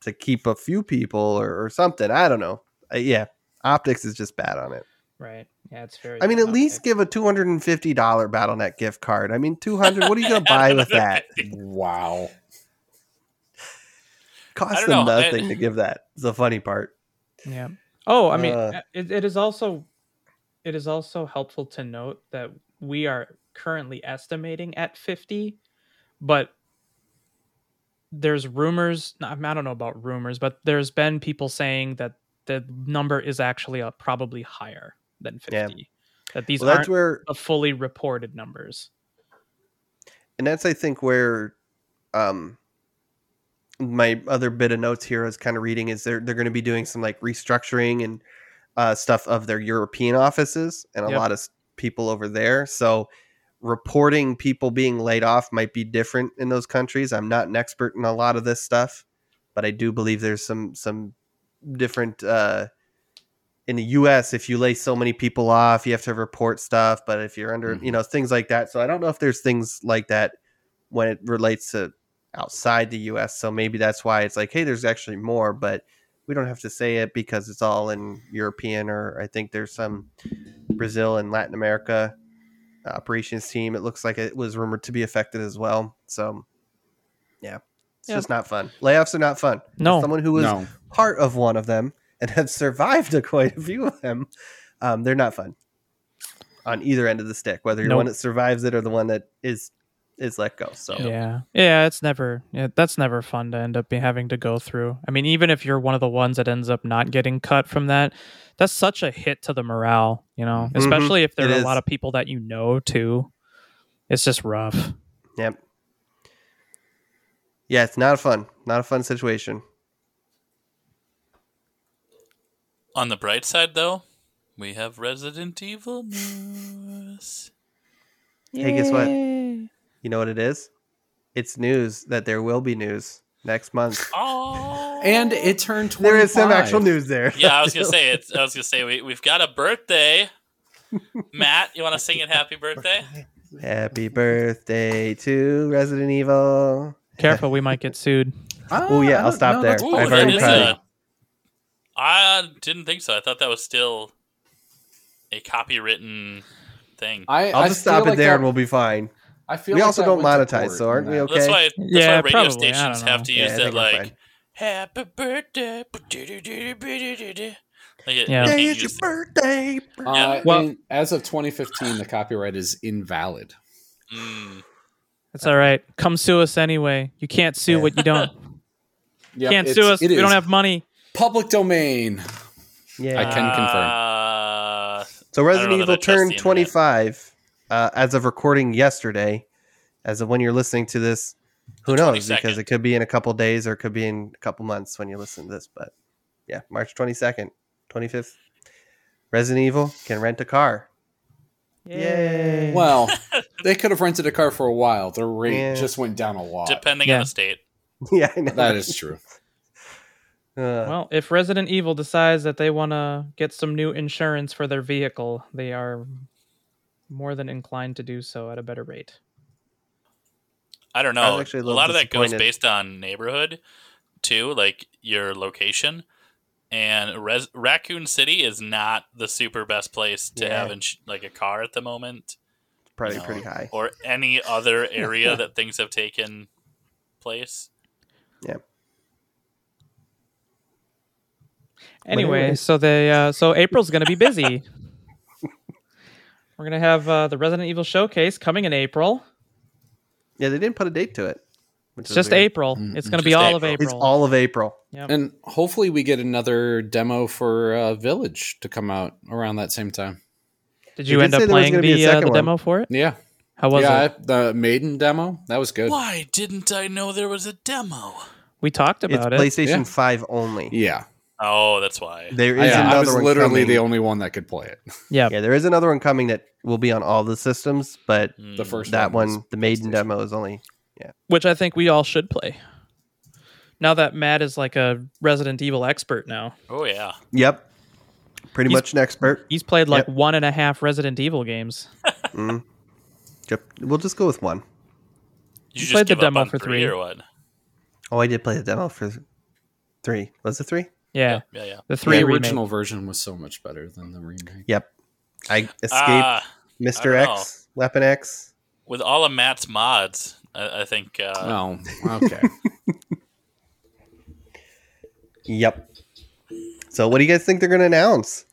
to keep a few people or, or something. I don't know. Uh, yeah, optics is just bad on it. Right. Yeah, it's very. I mean, at least give a two hundred and fifty dollar BattleNet gift card. I mean, two hundred. What are you gonna buy with that? Wow. Costs don't them know. I- nothing to give that. It's the funny part. Yeah. Oh, I mean, Uh, it, it is also it is also helpful to note that we are currently estimating at 50, but there's rumors. I mean, I don't know about rumors, but there's been people saying that the number is actually uh probably higher than 50. Yeah. That these Well, that's aren't where, the fully reported numbers. and that's I think where, um, my other bit of notes here I was kind of reading is they're they're going to be doing some like restructuring and uh, stuff of their European offices and a Yep. lot of s- people over there. So reporting people being laid off might be different in those countries. I'm not an expert in a lot of this stuff, but I do believe there's some some different uh, in the U.S. If you lay so many people off, you have to report stuff. But if you're under, you know, things like that. So I don't know if there's things like that when it relates to outside the U.S. So maybe that's why it's like, hey, there's actually more, but we don't have to say it because it's all in European or I think there's some Brazil and Latin America operations team. It looks like it was rumored to be affected as well. So, yeah, it's Yeah. just not fun. Layoffs are not fun. As No. someone who was No. part of one of them and have survived a quite a few of them, um, they're not fun on either end of the stick, whether you're the one Nope. that survives it or the one that is is let go. So Yeah. Yeah, it's never yeah, that's never fun to end up be having to go through. I mean, even if you're one of the ones that ends up not getting cut from that, that's such a hit to the morale, you know, Mm-hmm. Mhm. especially if there It are a is. lot of people that you know too. It's just rough. Yep. Yeah, it's not fun. Not a fun situation. On the bright side, though, we have Resident Evil news. Hey, guess what? You know what it is? It's news that there will be news next month. Oh, And it turned 25. There is some actual news there. yeah, I was gonna say it. I was gonna say we we've got a birthday. Matt, you want to sing it happy birthday? Happy birthday to Resident Evil. Careful, we might get sued. Ah, Oh, yeah, I I'll don't- stop there. that's I've cool. Ooh, already that is tried. a- I didn't think so. I thought that was still a copywritten thing. I, I'll I just feel stop like it there that- and we'll be fine. I feel We like also that don't went to monetize, court so aren't in we that. okay? That's why. That's Yeah, why radio probably, I stations don't know. have to Yeah, use I that think we're like fine. "Happy birthday." ba-do-do-do-do-do-do-do. Like it, Yeah. you can't Today's your use that. birthday. Uh, Well- in- as of 2015, the copyright is invalid. Mm. It's all right. Come sue us anyway. You can't sue Yeah. what you don't. Yep, can't it's- sue us. it We is don't have money. public domain. Yeah. I can Uh, confirm. So Resident know that I Evil trust turned the internet. 25 uh, as of recording yesterday. As of when you're listening to this, who The knows? 22nd. Because it could be in a couple days or it could be in a couple months when you listen to this. But yeah, March 22nd, 25th. Resident Evil can rent a car. Yay. Well, they could have rented a car for a while. Their rate Yeah. just went down a lot. depending Yeah. on the state. yeah, I know. that is true. Uh, Well, if Resident Evil decides that they want to get some new insurance for their vehicle, they are more than inclined to do so at a better rate. I don't I was know. actually a a little lot of that goes disappointed. based on neighborhood, too, like your location. And Res- Raccoon City is not the super best place to Yeah. have ins- like a car at the moment, probably No. pretty high. or any other area that things have taken place. Anyway, anyway. so they uh, so April's going to be busy. We're going to have uh, the Resident Evil showcase coming in April. Yeah, they didn't put a date to it. which It's is just weird. April. Mm, It's going to Just be all of April. April. It's all of April. Yep. And hopefully, we get another demo for uh, Village to come out around that same time. Did They you did end up say there was playing gonna be a the, uh, second the one. demo for it? Yeah, How was yeah. it? I- the Maiden demo that was good. Why didn't I know there was a demo? We talked It's about it. PlayStation Yeah. 5 only. Yeah, Oh, that's why. There is I, I another was one literally coming. the only one that could play it. Yeah, yeah, there is another one coming that will be on all the systems, but Mm. The first that one, one, was the maiden PlayStation. demo, is only which I think we all should play. Now that Matt is like a Resident Evil expert now, Oh yeah. yep, pretty He's- much an expert. he's played like Yep. one and a half Resident Evil games. Mm. Yep. We'll just go with one. You, You just played the give up demo on for three, three. or what? Oh, I did play the demo for three. Was it three? Yeah, Yeah, yeah. the three the remake. original version was so much better than the remake. Yep. I escaped Ah, Mr. I don't X, Weapon X. with all of Matt's mods, I, I think. Uh, Oh, okay. Yep. So, what do you guys think they're going to announce?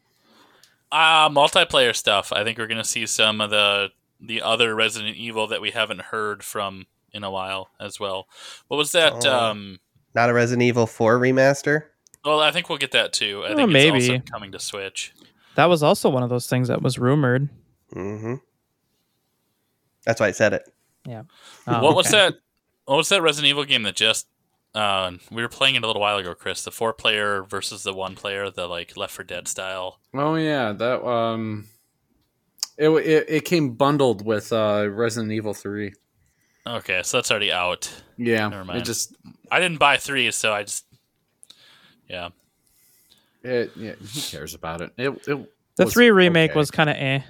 Ah, multiplayer stuff. I think we're gonna see some of the the other Resident Evil that we haven't heard from in a while as well. What was that? Oh. Um, Not a Resident Evil 4 remaster? well, I think we'll get that too. I Oh, think it's maybe. also coming to Switch. That was also one of those things that was rumored. Mm-hmm. That's why I said it. Oh, what was okay. that? What was that Resident Evil game that just? Uh, we were playing it a little while ago, Chris. The four player versus the one player, the like Left for Dead style. oh yeah, that um, it w- it, it came bundled with uh Resident Evil Three. Okay, so that's already out. Yeah, Never mind. it just I didn't buy three, so I just yeah. it yeah, who cares about it? It it The was three remake okay. was kind of eh.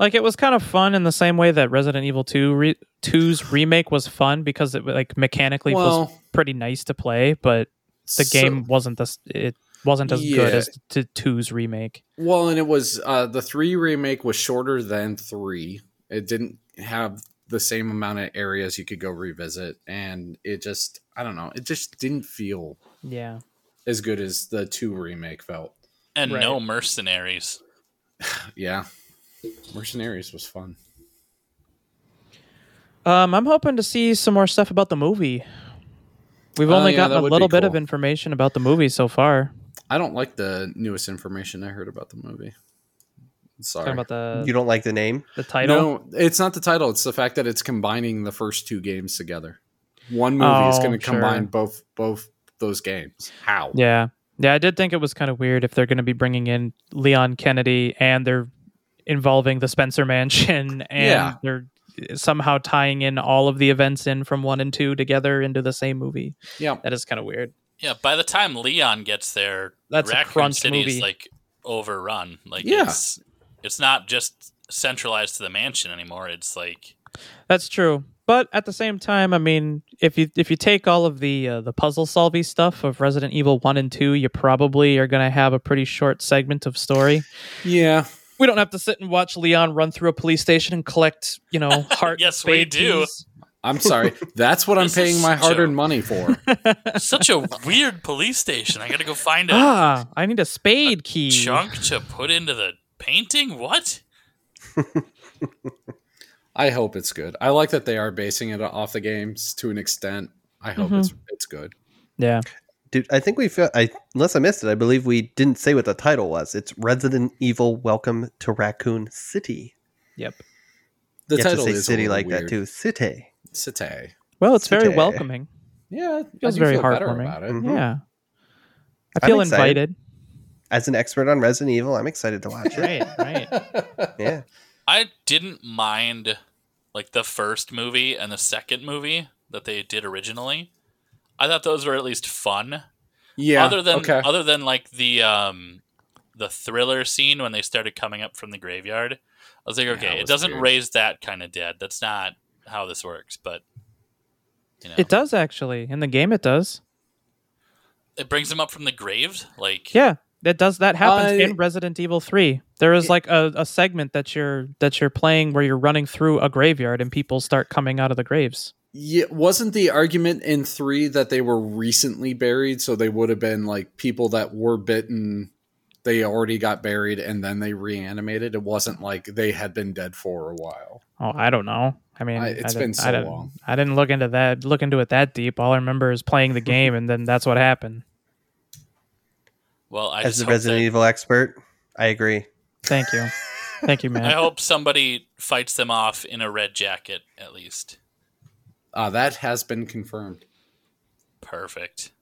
Like it was kind of fun in the same way that Resident Evil Two re- 2's remake was fun because it like mechanically was well pretty nice to play, but the so- game wasn't this. It wasn't as good Yeah. as to Two's remake. Well, and it was uh, the three remake was shorter than three. It didn't have the same amount of areas you could go revisit, and it just I don't know, it just didn't feel Yeah, as good as the two remake felt. And Right. no mercenaries. Yeah, Mercenaries was fun. um, I'm hoping to see some more stuff about the movie. We've Oh, only yeah, gotten that a would be little bit of cool. information about the movie so far. I don't like the newest information I heard about the movie. Sorry. Talking about Uh, the You don't like the name? the title. No, it's not the title. It's the fact that it's combining the first two games together. One movie is Oh, going to sure. combine both both those games. How? Yeah. Yeah, I did think it was kind of weird if they're going to be bringing in Leon Kennedy and they're involving the Spencer Mansion and Yeah. they're somehow tying in all of the events in from 1 and 2 together into the same movie. Yeah. That is kind of weird. Yeah, by the time Leon gets there, That's a Raccoon crunch City movie. is like overrun. Like Yeah. it's it's not just centralized to the mansion anymore. It's like That's true. But at the same time, I mean, if you if you take all of the uh, the puzzle solving stuff of Resident Evil 1 and 2, you probably are going to have a pretty short segment of story. Yeah. We don't have to sit and watch Leon run through a police station and collect, you know, heart and Yes, we spade do. keys. I'm sorry. That's what I'm This is paying my such a- hard-earned money for. such a weird police station. I gotta go find a Ah, I need a spade key. chunk to put into the painting. What? I hope it's good. I like that they are basing it off the games to an extent. I hope Mhm. it's it's good. Yeah. Dude, I think we feel, I, unless I missed it, I believe we didn't say what the title was. It's Resident Evil Welcome to Raccoon City. Yep. The you have title to say is city like that too. City. Cite. Well, it's very Today. welcoming. Yeah, it Feels very heartwarming. about it. Mhm. Yeah. I I'm feel excited. invited. As an expert on Resident Evil, I'm excited to watch it. right, right. yeah. I didn't mind like the first movie and the second movie that they did originally. I thought those were at least fun. Yeah. other than okay. other than like the um the thriller scene when they started coming up from the graveyard i was like Yeah, okay it it, was doesn't weird. raise that kind of dead that's not how this works but you know It it, does actually. In the game it does. brings them up from the grave like Yeah. That does that happens I- in Resident Evil 3. There is like a, a segment that you're that you're playing where you're running through a graveyard and people start coming out of the graves. yeah, wasn't the argument in 3 that they were recently buried so they would have been like people that were bitten they already got buried and then they reanimated. It wasn't like they had been dead for a while. Oh, I don't know. I mean, I- it's it's been so I didn't, long. I didn't look into that look into it that deep. All I remember is playing the game and then that's what happened. well i As just the hope Resident that- Evil expert, I agree. Thank you. Thank you, man. i hope somebody fights them off in a red jacket at least Uh, that has been confirmed. perfect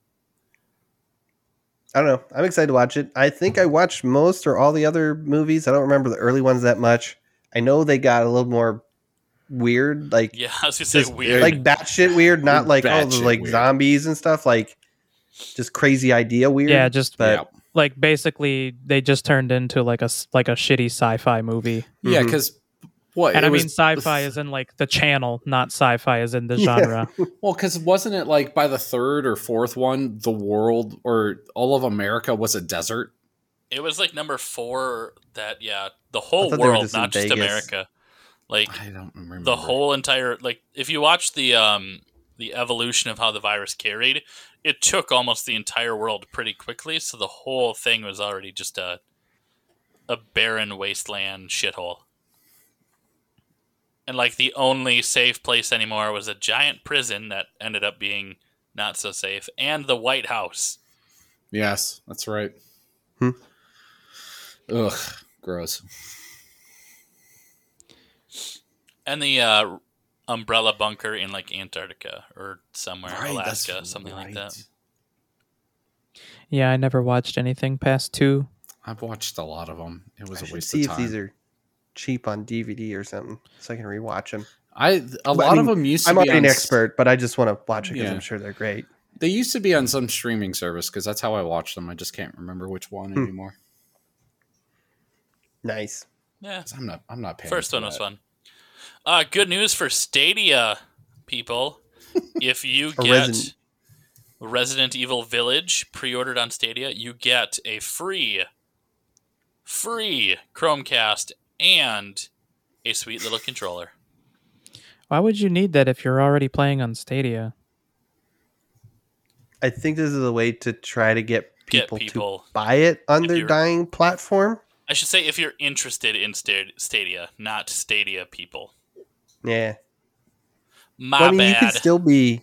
I don't know. I'm excited to watch it. I think I watched most or all the other movies. I don't remember the early ones that much. I know they got a little more weird, like Yeah, I was gonna say just, weird. like batshit weird, not like all the Batshit like weird. zombies and stuff, like just crazy idea weird. Yeah, just but yeah, like basically they just turned into like a s- like a shitty sci-fi movie. yeah, Mm-hmm. Mhm. because what? And Uh, it I was mean sci-fi is in like the channel, not sci-fi is in the Yeah. genre. Well, because wasn't it like by the third or fourth one, the world or all of America was a desert? it was like number four. That yeah, the I whole thought they were world, just in not just Vegas. America. Like I don't remember the whole entire like if you watch the um the evolution of how the virus carried, it took almost the entire world pretty quickly. So the whole thing was already just a a barren wasteland shithole. And like the only safe place anymore was a giant prison that ended up being not so safe, and the White House. Yes, that's right. Hmm. Ugh, gross. and the uh, umbrella bunker in like Antarctica or somewhere, Alaska, something like that. yeah, I never watched anything past 2. I've watched a lot of them. It was I a should waste see of if time. these are cheap on DVD or something, so I can rewatch them. I a lot of mean, them used to I'm be already on an s- expert, but I just want to watch it because Yeah. I'm sure they're great. They used to be on some streaming service because that's how I watched them. I just can't remember which one Hmm. anymore. Nice. Yeah, 'Cause I'm not. I'm not paying. first for one was that. fun. Uh, good news for Stadia people: if you A get Resident- Resident. Evil Village pre-ordered on Stadia, you get a free, free Chromecast and a sweet little controller. Why would you need that if you're already playing on Stadia? I think this is a way to try to get Get people, people- to buy it on If their you're- dying platform. I should say if you're interested in Sta- Stadia, not Stadia people. Yeah. My Well, I mean, Ah, bad. you could still be,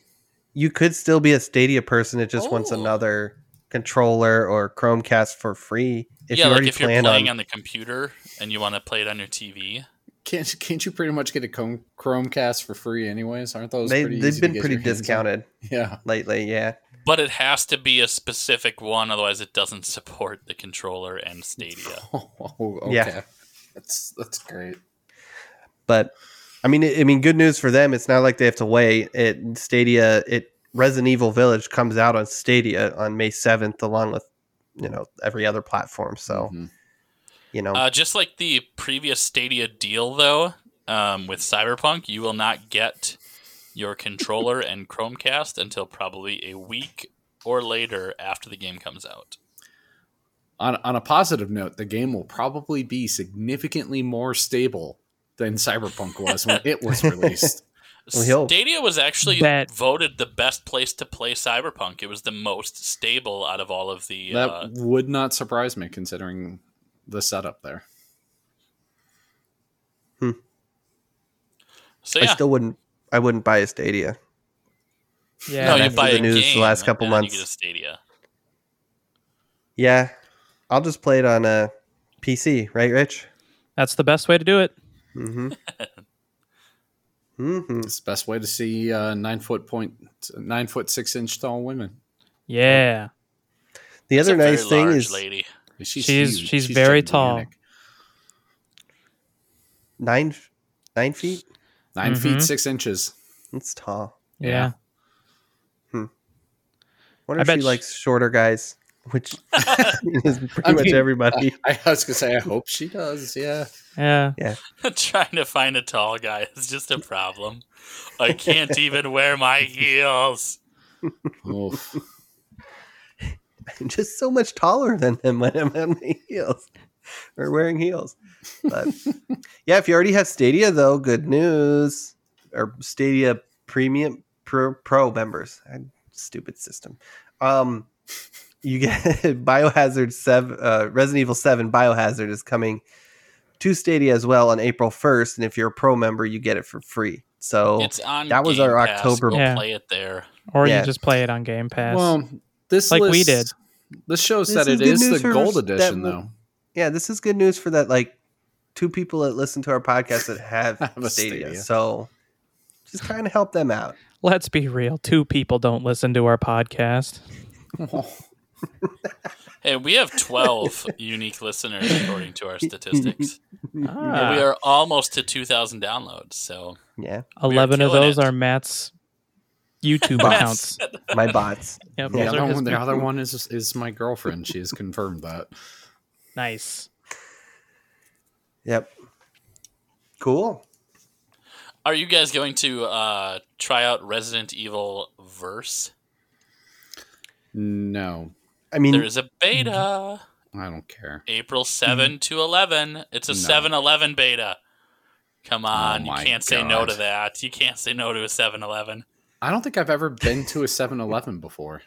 you could still be a Stadia person. It just wants Oh. another controller or Chromecast for free. If yeah, you like already if you're plan playing on, on... the computer and you want to play it on your TV. Can't can't you pretty much get a Com- Chromecast for free anyways? Aren't those they pretty they've easy to been get pretty your hands on? discounted Yeah. lately. Yeah, But it has to be a specific one, otherwise it doesn't support the controller and Stadia. Oh, okay. Yeah. That's that's great. but I mean, I mean, good news for them. It's not like they have to wait. It Stadia, it Resident Evil Village comes out on Stadia on May seventh, along with you know every other platform. So Mhm. you know, Uh, just like the previous Stadia deal, though, um, with Cyberpunk, you will not get your controller and Chromecast until probably a week or later after the game comes out. on on a positive note, the game will probably be significantly more stable than Cyberpunk was when it was released. Well, he'll- Stadia was actually That- voted the best place to play Cyberpunk. It was the most stable out of all of the. uh, That would not surprise me considering the setup there. so I yeah, still wouldn't, I wouldn't buy a Stadia. Yeah. no, you after buy the a news the game last couple and then months. You get a Stadia. Yeah, I'll just play it on a PC, right, Rich? that's the best way to do it. Mm-hmm. mm-hmm. It's the best way to see uh, nine foot point nine foot six inch tall women. Yeah. The It's other a very nice thing large is lady. She's She's- huge. she's very tall. gigantic. nine nine feet. 9 Mhm. feet six inches. It's tall. Yeah. Yeah. Wonder I if she bet sh- likes shorter guys, which is pretty I much mean, everybody. I was gonna say I hope she does. Yeah. Yeah. Trying to find a tall guy is just a problem. I can't even wear my heels. Oof. I'm just so much taller than them when I'm on my heels or wearing heels. But yeah, if you already have Stadia, though, good news or Stadia Premium Pro, Pro members. I- Stupid system. Um, you get Biohazard Seven, uh, Resident Evil Seven Biohazard is coming to Stadia as well on April 1st, and if you're a Pro member, you get it for free. So It's on. That was Game our Pass. October- We'll Yeah. play it there. Or Yeah. you just play it on Game Pass. Well, this Like we list- did. This shows This that is it good is news the for gold us that edition, we- though. yeah, this is good news for that like two people that listen to our podcast that have, Have a Stadia. Stadia. So just trying to help them out. Let's be real. Two people don't listen to our podcast. Hey, we have 12 unique listeners according to our statistics. Ah. We are almost to 2,000 downloads. So, yeah, We are 11 of killing those it. are Matt's YouTube accounts. my bots. Yep, The Yeah. those other, are his- one, the other one is is my girlfriend. She has confirmed that. nice. Yep. Cool. are you guys going to uh, try out Resident Evil Verse? No, I mean, There is a beta I don't care. April 7 to 11. It's a Mm-hmm. No. Oh 7 11 beta. Come on. you my can't say no God. to that. You can't say no to a 7 11. I don't think I've ever been to a 7-Eleven before.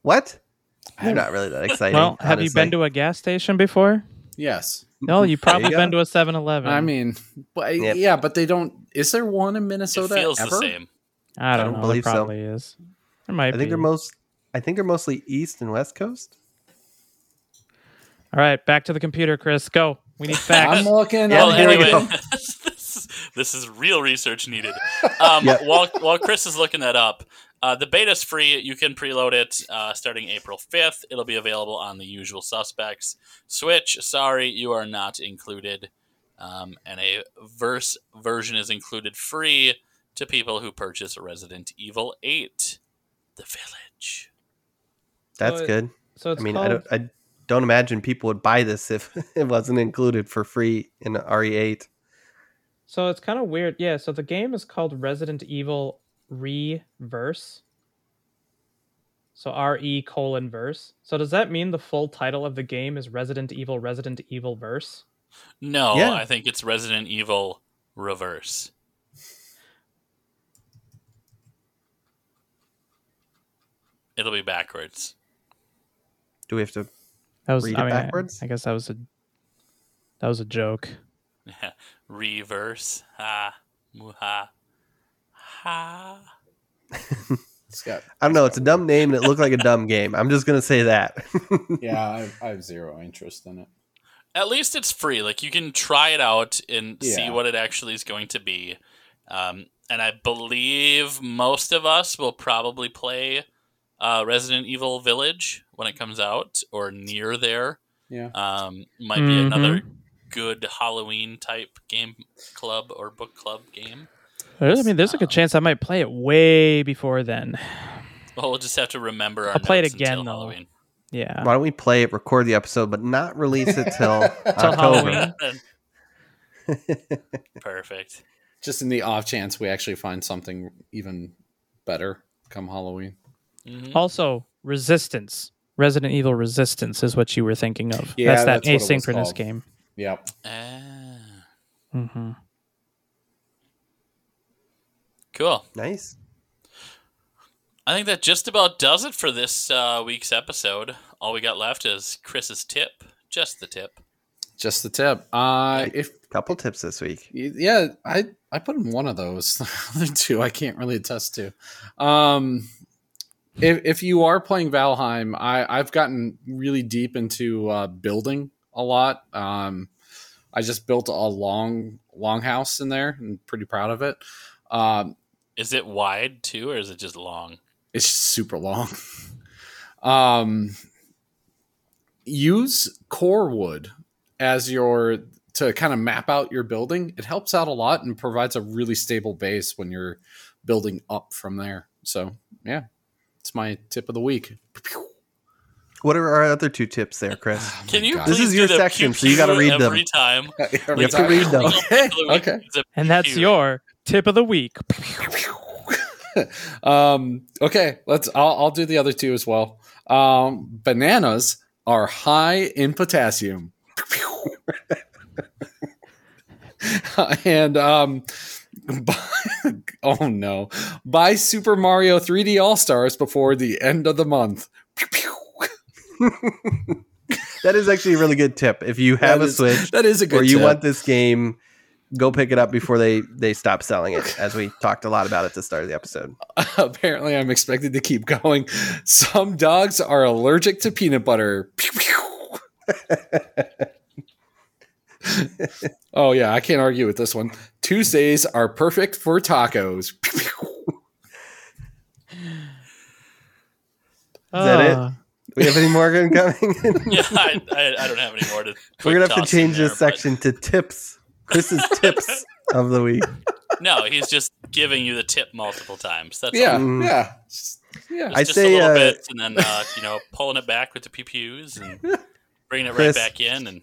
what? They're not really that exciting. Well, have you been honestly. to a gas station before? Yes, No, you've There you probably go. been to a 7 Eleven. I mean, but Yep. yeah, but they don't. Is there one in it Minnesota? feels ever? the same. I I don't don't know. There believe so. probably is. There might I be. think they're most. I think they're mostly East and West Coast. All right, back to the computer, Chris. Go. We need facts. I'm looking. Yeah, well, I'm here we looking. anyway, this, is, this is real research needed. Um, Yeah. while, while Chris is looking that up, uh, the beta's free. You can preload it uh, starting April 5th. It'll be available on the usual suspects. Switch, sorry, you are not included. Um, and a verse version is included free to people who purchase Resident Evil 8 The Village. That's it- good. so it's I mean, called, I don't. I don't imagine people would buy this if it wasn't included for free in E RE8. so it's kind of weird. Yeah, so the game is called Resident Evil Reverse. So R E colon verse. So does that mean the full title of the game is Resident Evil Resident Evil Verse? No, Yeah. I think it's Resident Evil Reverse. It'll be backwards. Do we have to? That was Read I it mean, I- backwards? I, guess that was a that was a joke. Reverse. Ha. Muha. Ha. It's got- I don't know. It's a dumb name and it looked like a dumb game. I'm just gonna say that. yeah, I, I have zero interest in it. At least it's free. Like you can try it out and see Yeah. what it actually is going to be. Um, and I believe most of us will probably play uh, Resident Evil Village when it comes out or near there. Yeah. Um, might be Mm-hmm. another good Halloween type game club or book club game. I mean, there's a good chance I might play it way before then. Well, we'll just have to remember our I'll play it notes again, until though. Halloween. Yeah. Why don't we play it, record the episode, but not release it till October? Halloween. Perfect. Just in the off chance we actually find something even better come Halloween. Mhm. Also, Resistance. Resident Evil Resistance is what you were thinking of. Yeah, that's that that's what it was asynchronous called. game. Yep. Ah, hmm cool. nice. I think that just about does it for this uh, week's episode. All we got left is Chris's tip, just the tip. Just the tip. Uh, if Couple tips this week. yeah, I I put in one of those. The other two I can't really attest to. Um, if if you are playing Valheim, I I've gotten really deep into uh, building a lot. Um, I just built a long long house in there. and pretty proud of it. Um, Is it wide too, or is it just long? it's super long. um, use core wood as your to kind of map out your building. It helps out a lot and provides a really stable base when you're building up from there. So yeah, it's my tip of the week. What are our other two tips there, Chris? Oh my Can you God. please This is your do the section, pew so you gotta pew read them. every time? Every You have to time. read them. Okay. okay. It's a And that's pew. your tip of the week. um, okay, let's. I'll, I'll do the other two as well. Um, bananas are high in potassium, and um, buy, oh no, buy Super Mario 3D All Stars before the end of the month. That is actually a really good tip. If you have That a is- Switch That is a good. or you tip. want this game, go pick it up before they they stop selling it. As we talked a lot about at the start of the episode. apparently I'm expected to keep going. Some dogs are allergic to peanut butter. Pew, pew. oh yeah, I can't argue with this one. Tuesdays are perfect for tacos. Pew, pew. that it? Ah, We have any more incoming? yeah, I, I, I don't have any more to. We're quick gonna have to toss in change there, this but- section to tips. Chris's tips of the week. No, he's just giving you the tip multiple times. That's yeah, all. Mm. yeah, Just- yeah. It's I'd just say, a little uh, bit, and then uh, you know, pulling it back with the PPUs and bringing it Chris. right back in, and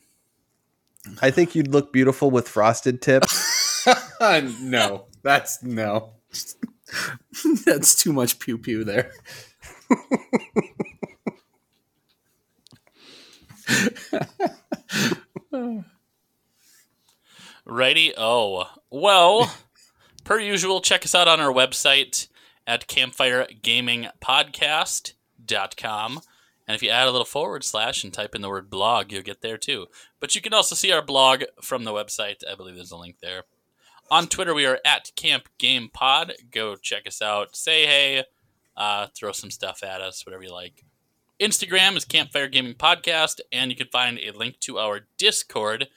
I think you'd look beautiful with frosted tips. no, that's no. that's too much pew pew there. righty. Oh, well. per usual, check us out on our website at campfiregamingpodcast.com. And if you add a little forward slash and type in the word blog, you'll get there too. But you can also see our blog from the website. I believe there's a link there. On Twitter, we are at Camp Game Pod. Go check us out. Say hey, uh, throw some stuff at us, whatever you like. Instagram is Campfire Gaming Podcast, and you can find a link to our Discord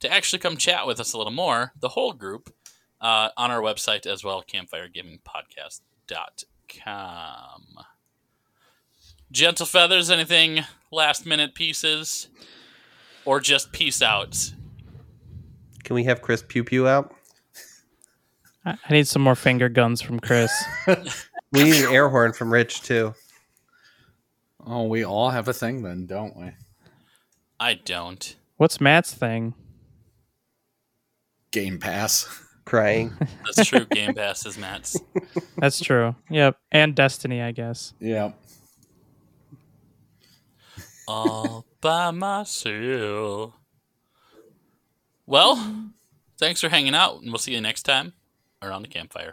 to actually come chat with us a little more, the whole group, uh, on our website as well, campfiregamingpodcast.com. Gentle Feathers, anything last minute pieces or just peace outs? Can we have Chris pew pew out? I Ah, I need some more finger guns from Chris. We need an air horn from Rich too. Oh, we all have a thing then, don't we? I don't. What's Matt's thing? Game Pass. Crying. That's true. Game Pass is Matt's. That's true. Yep. And Destiny, I guess. Yeah. all by myself. Well, thanks for hanging out, and we'll see you next time around the campfire.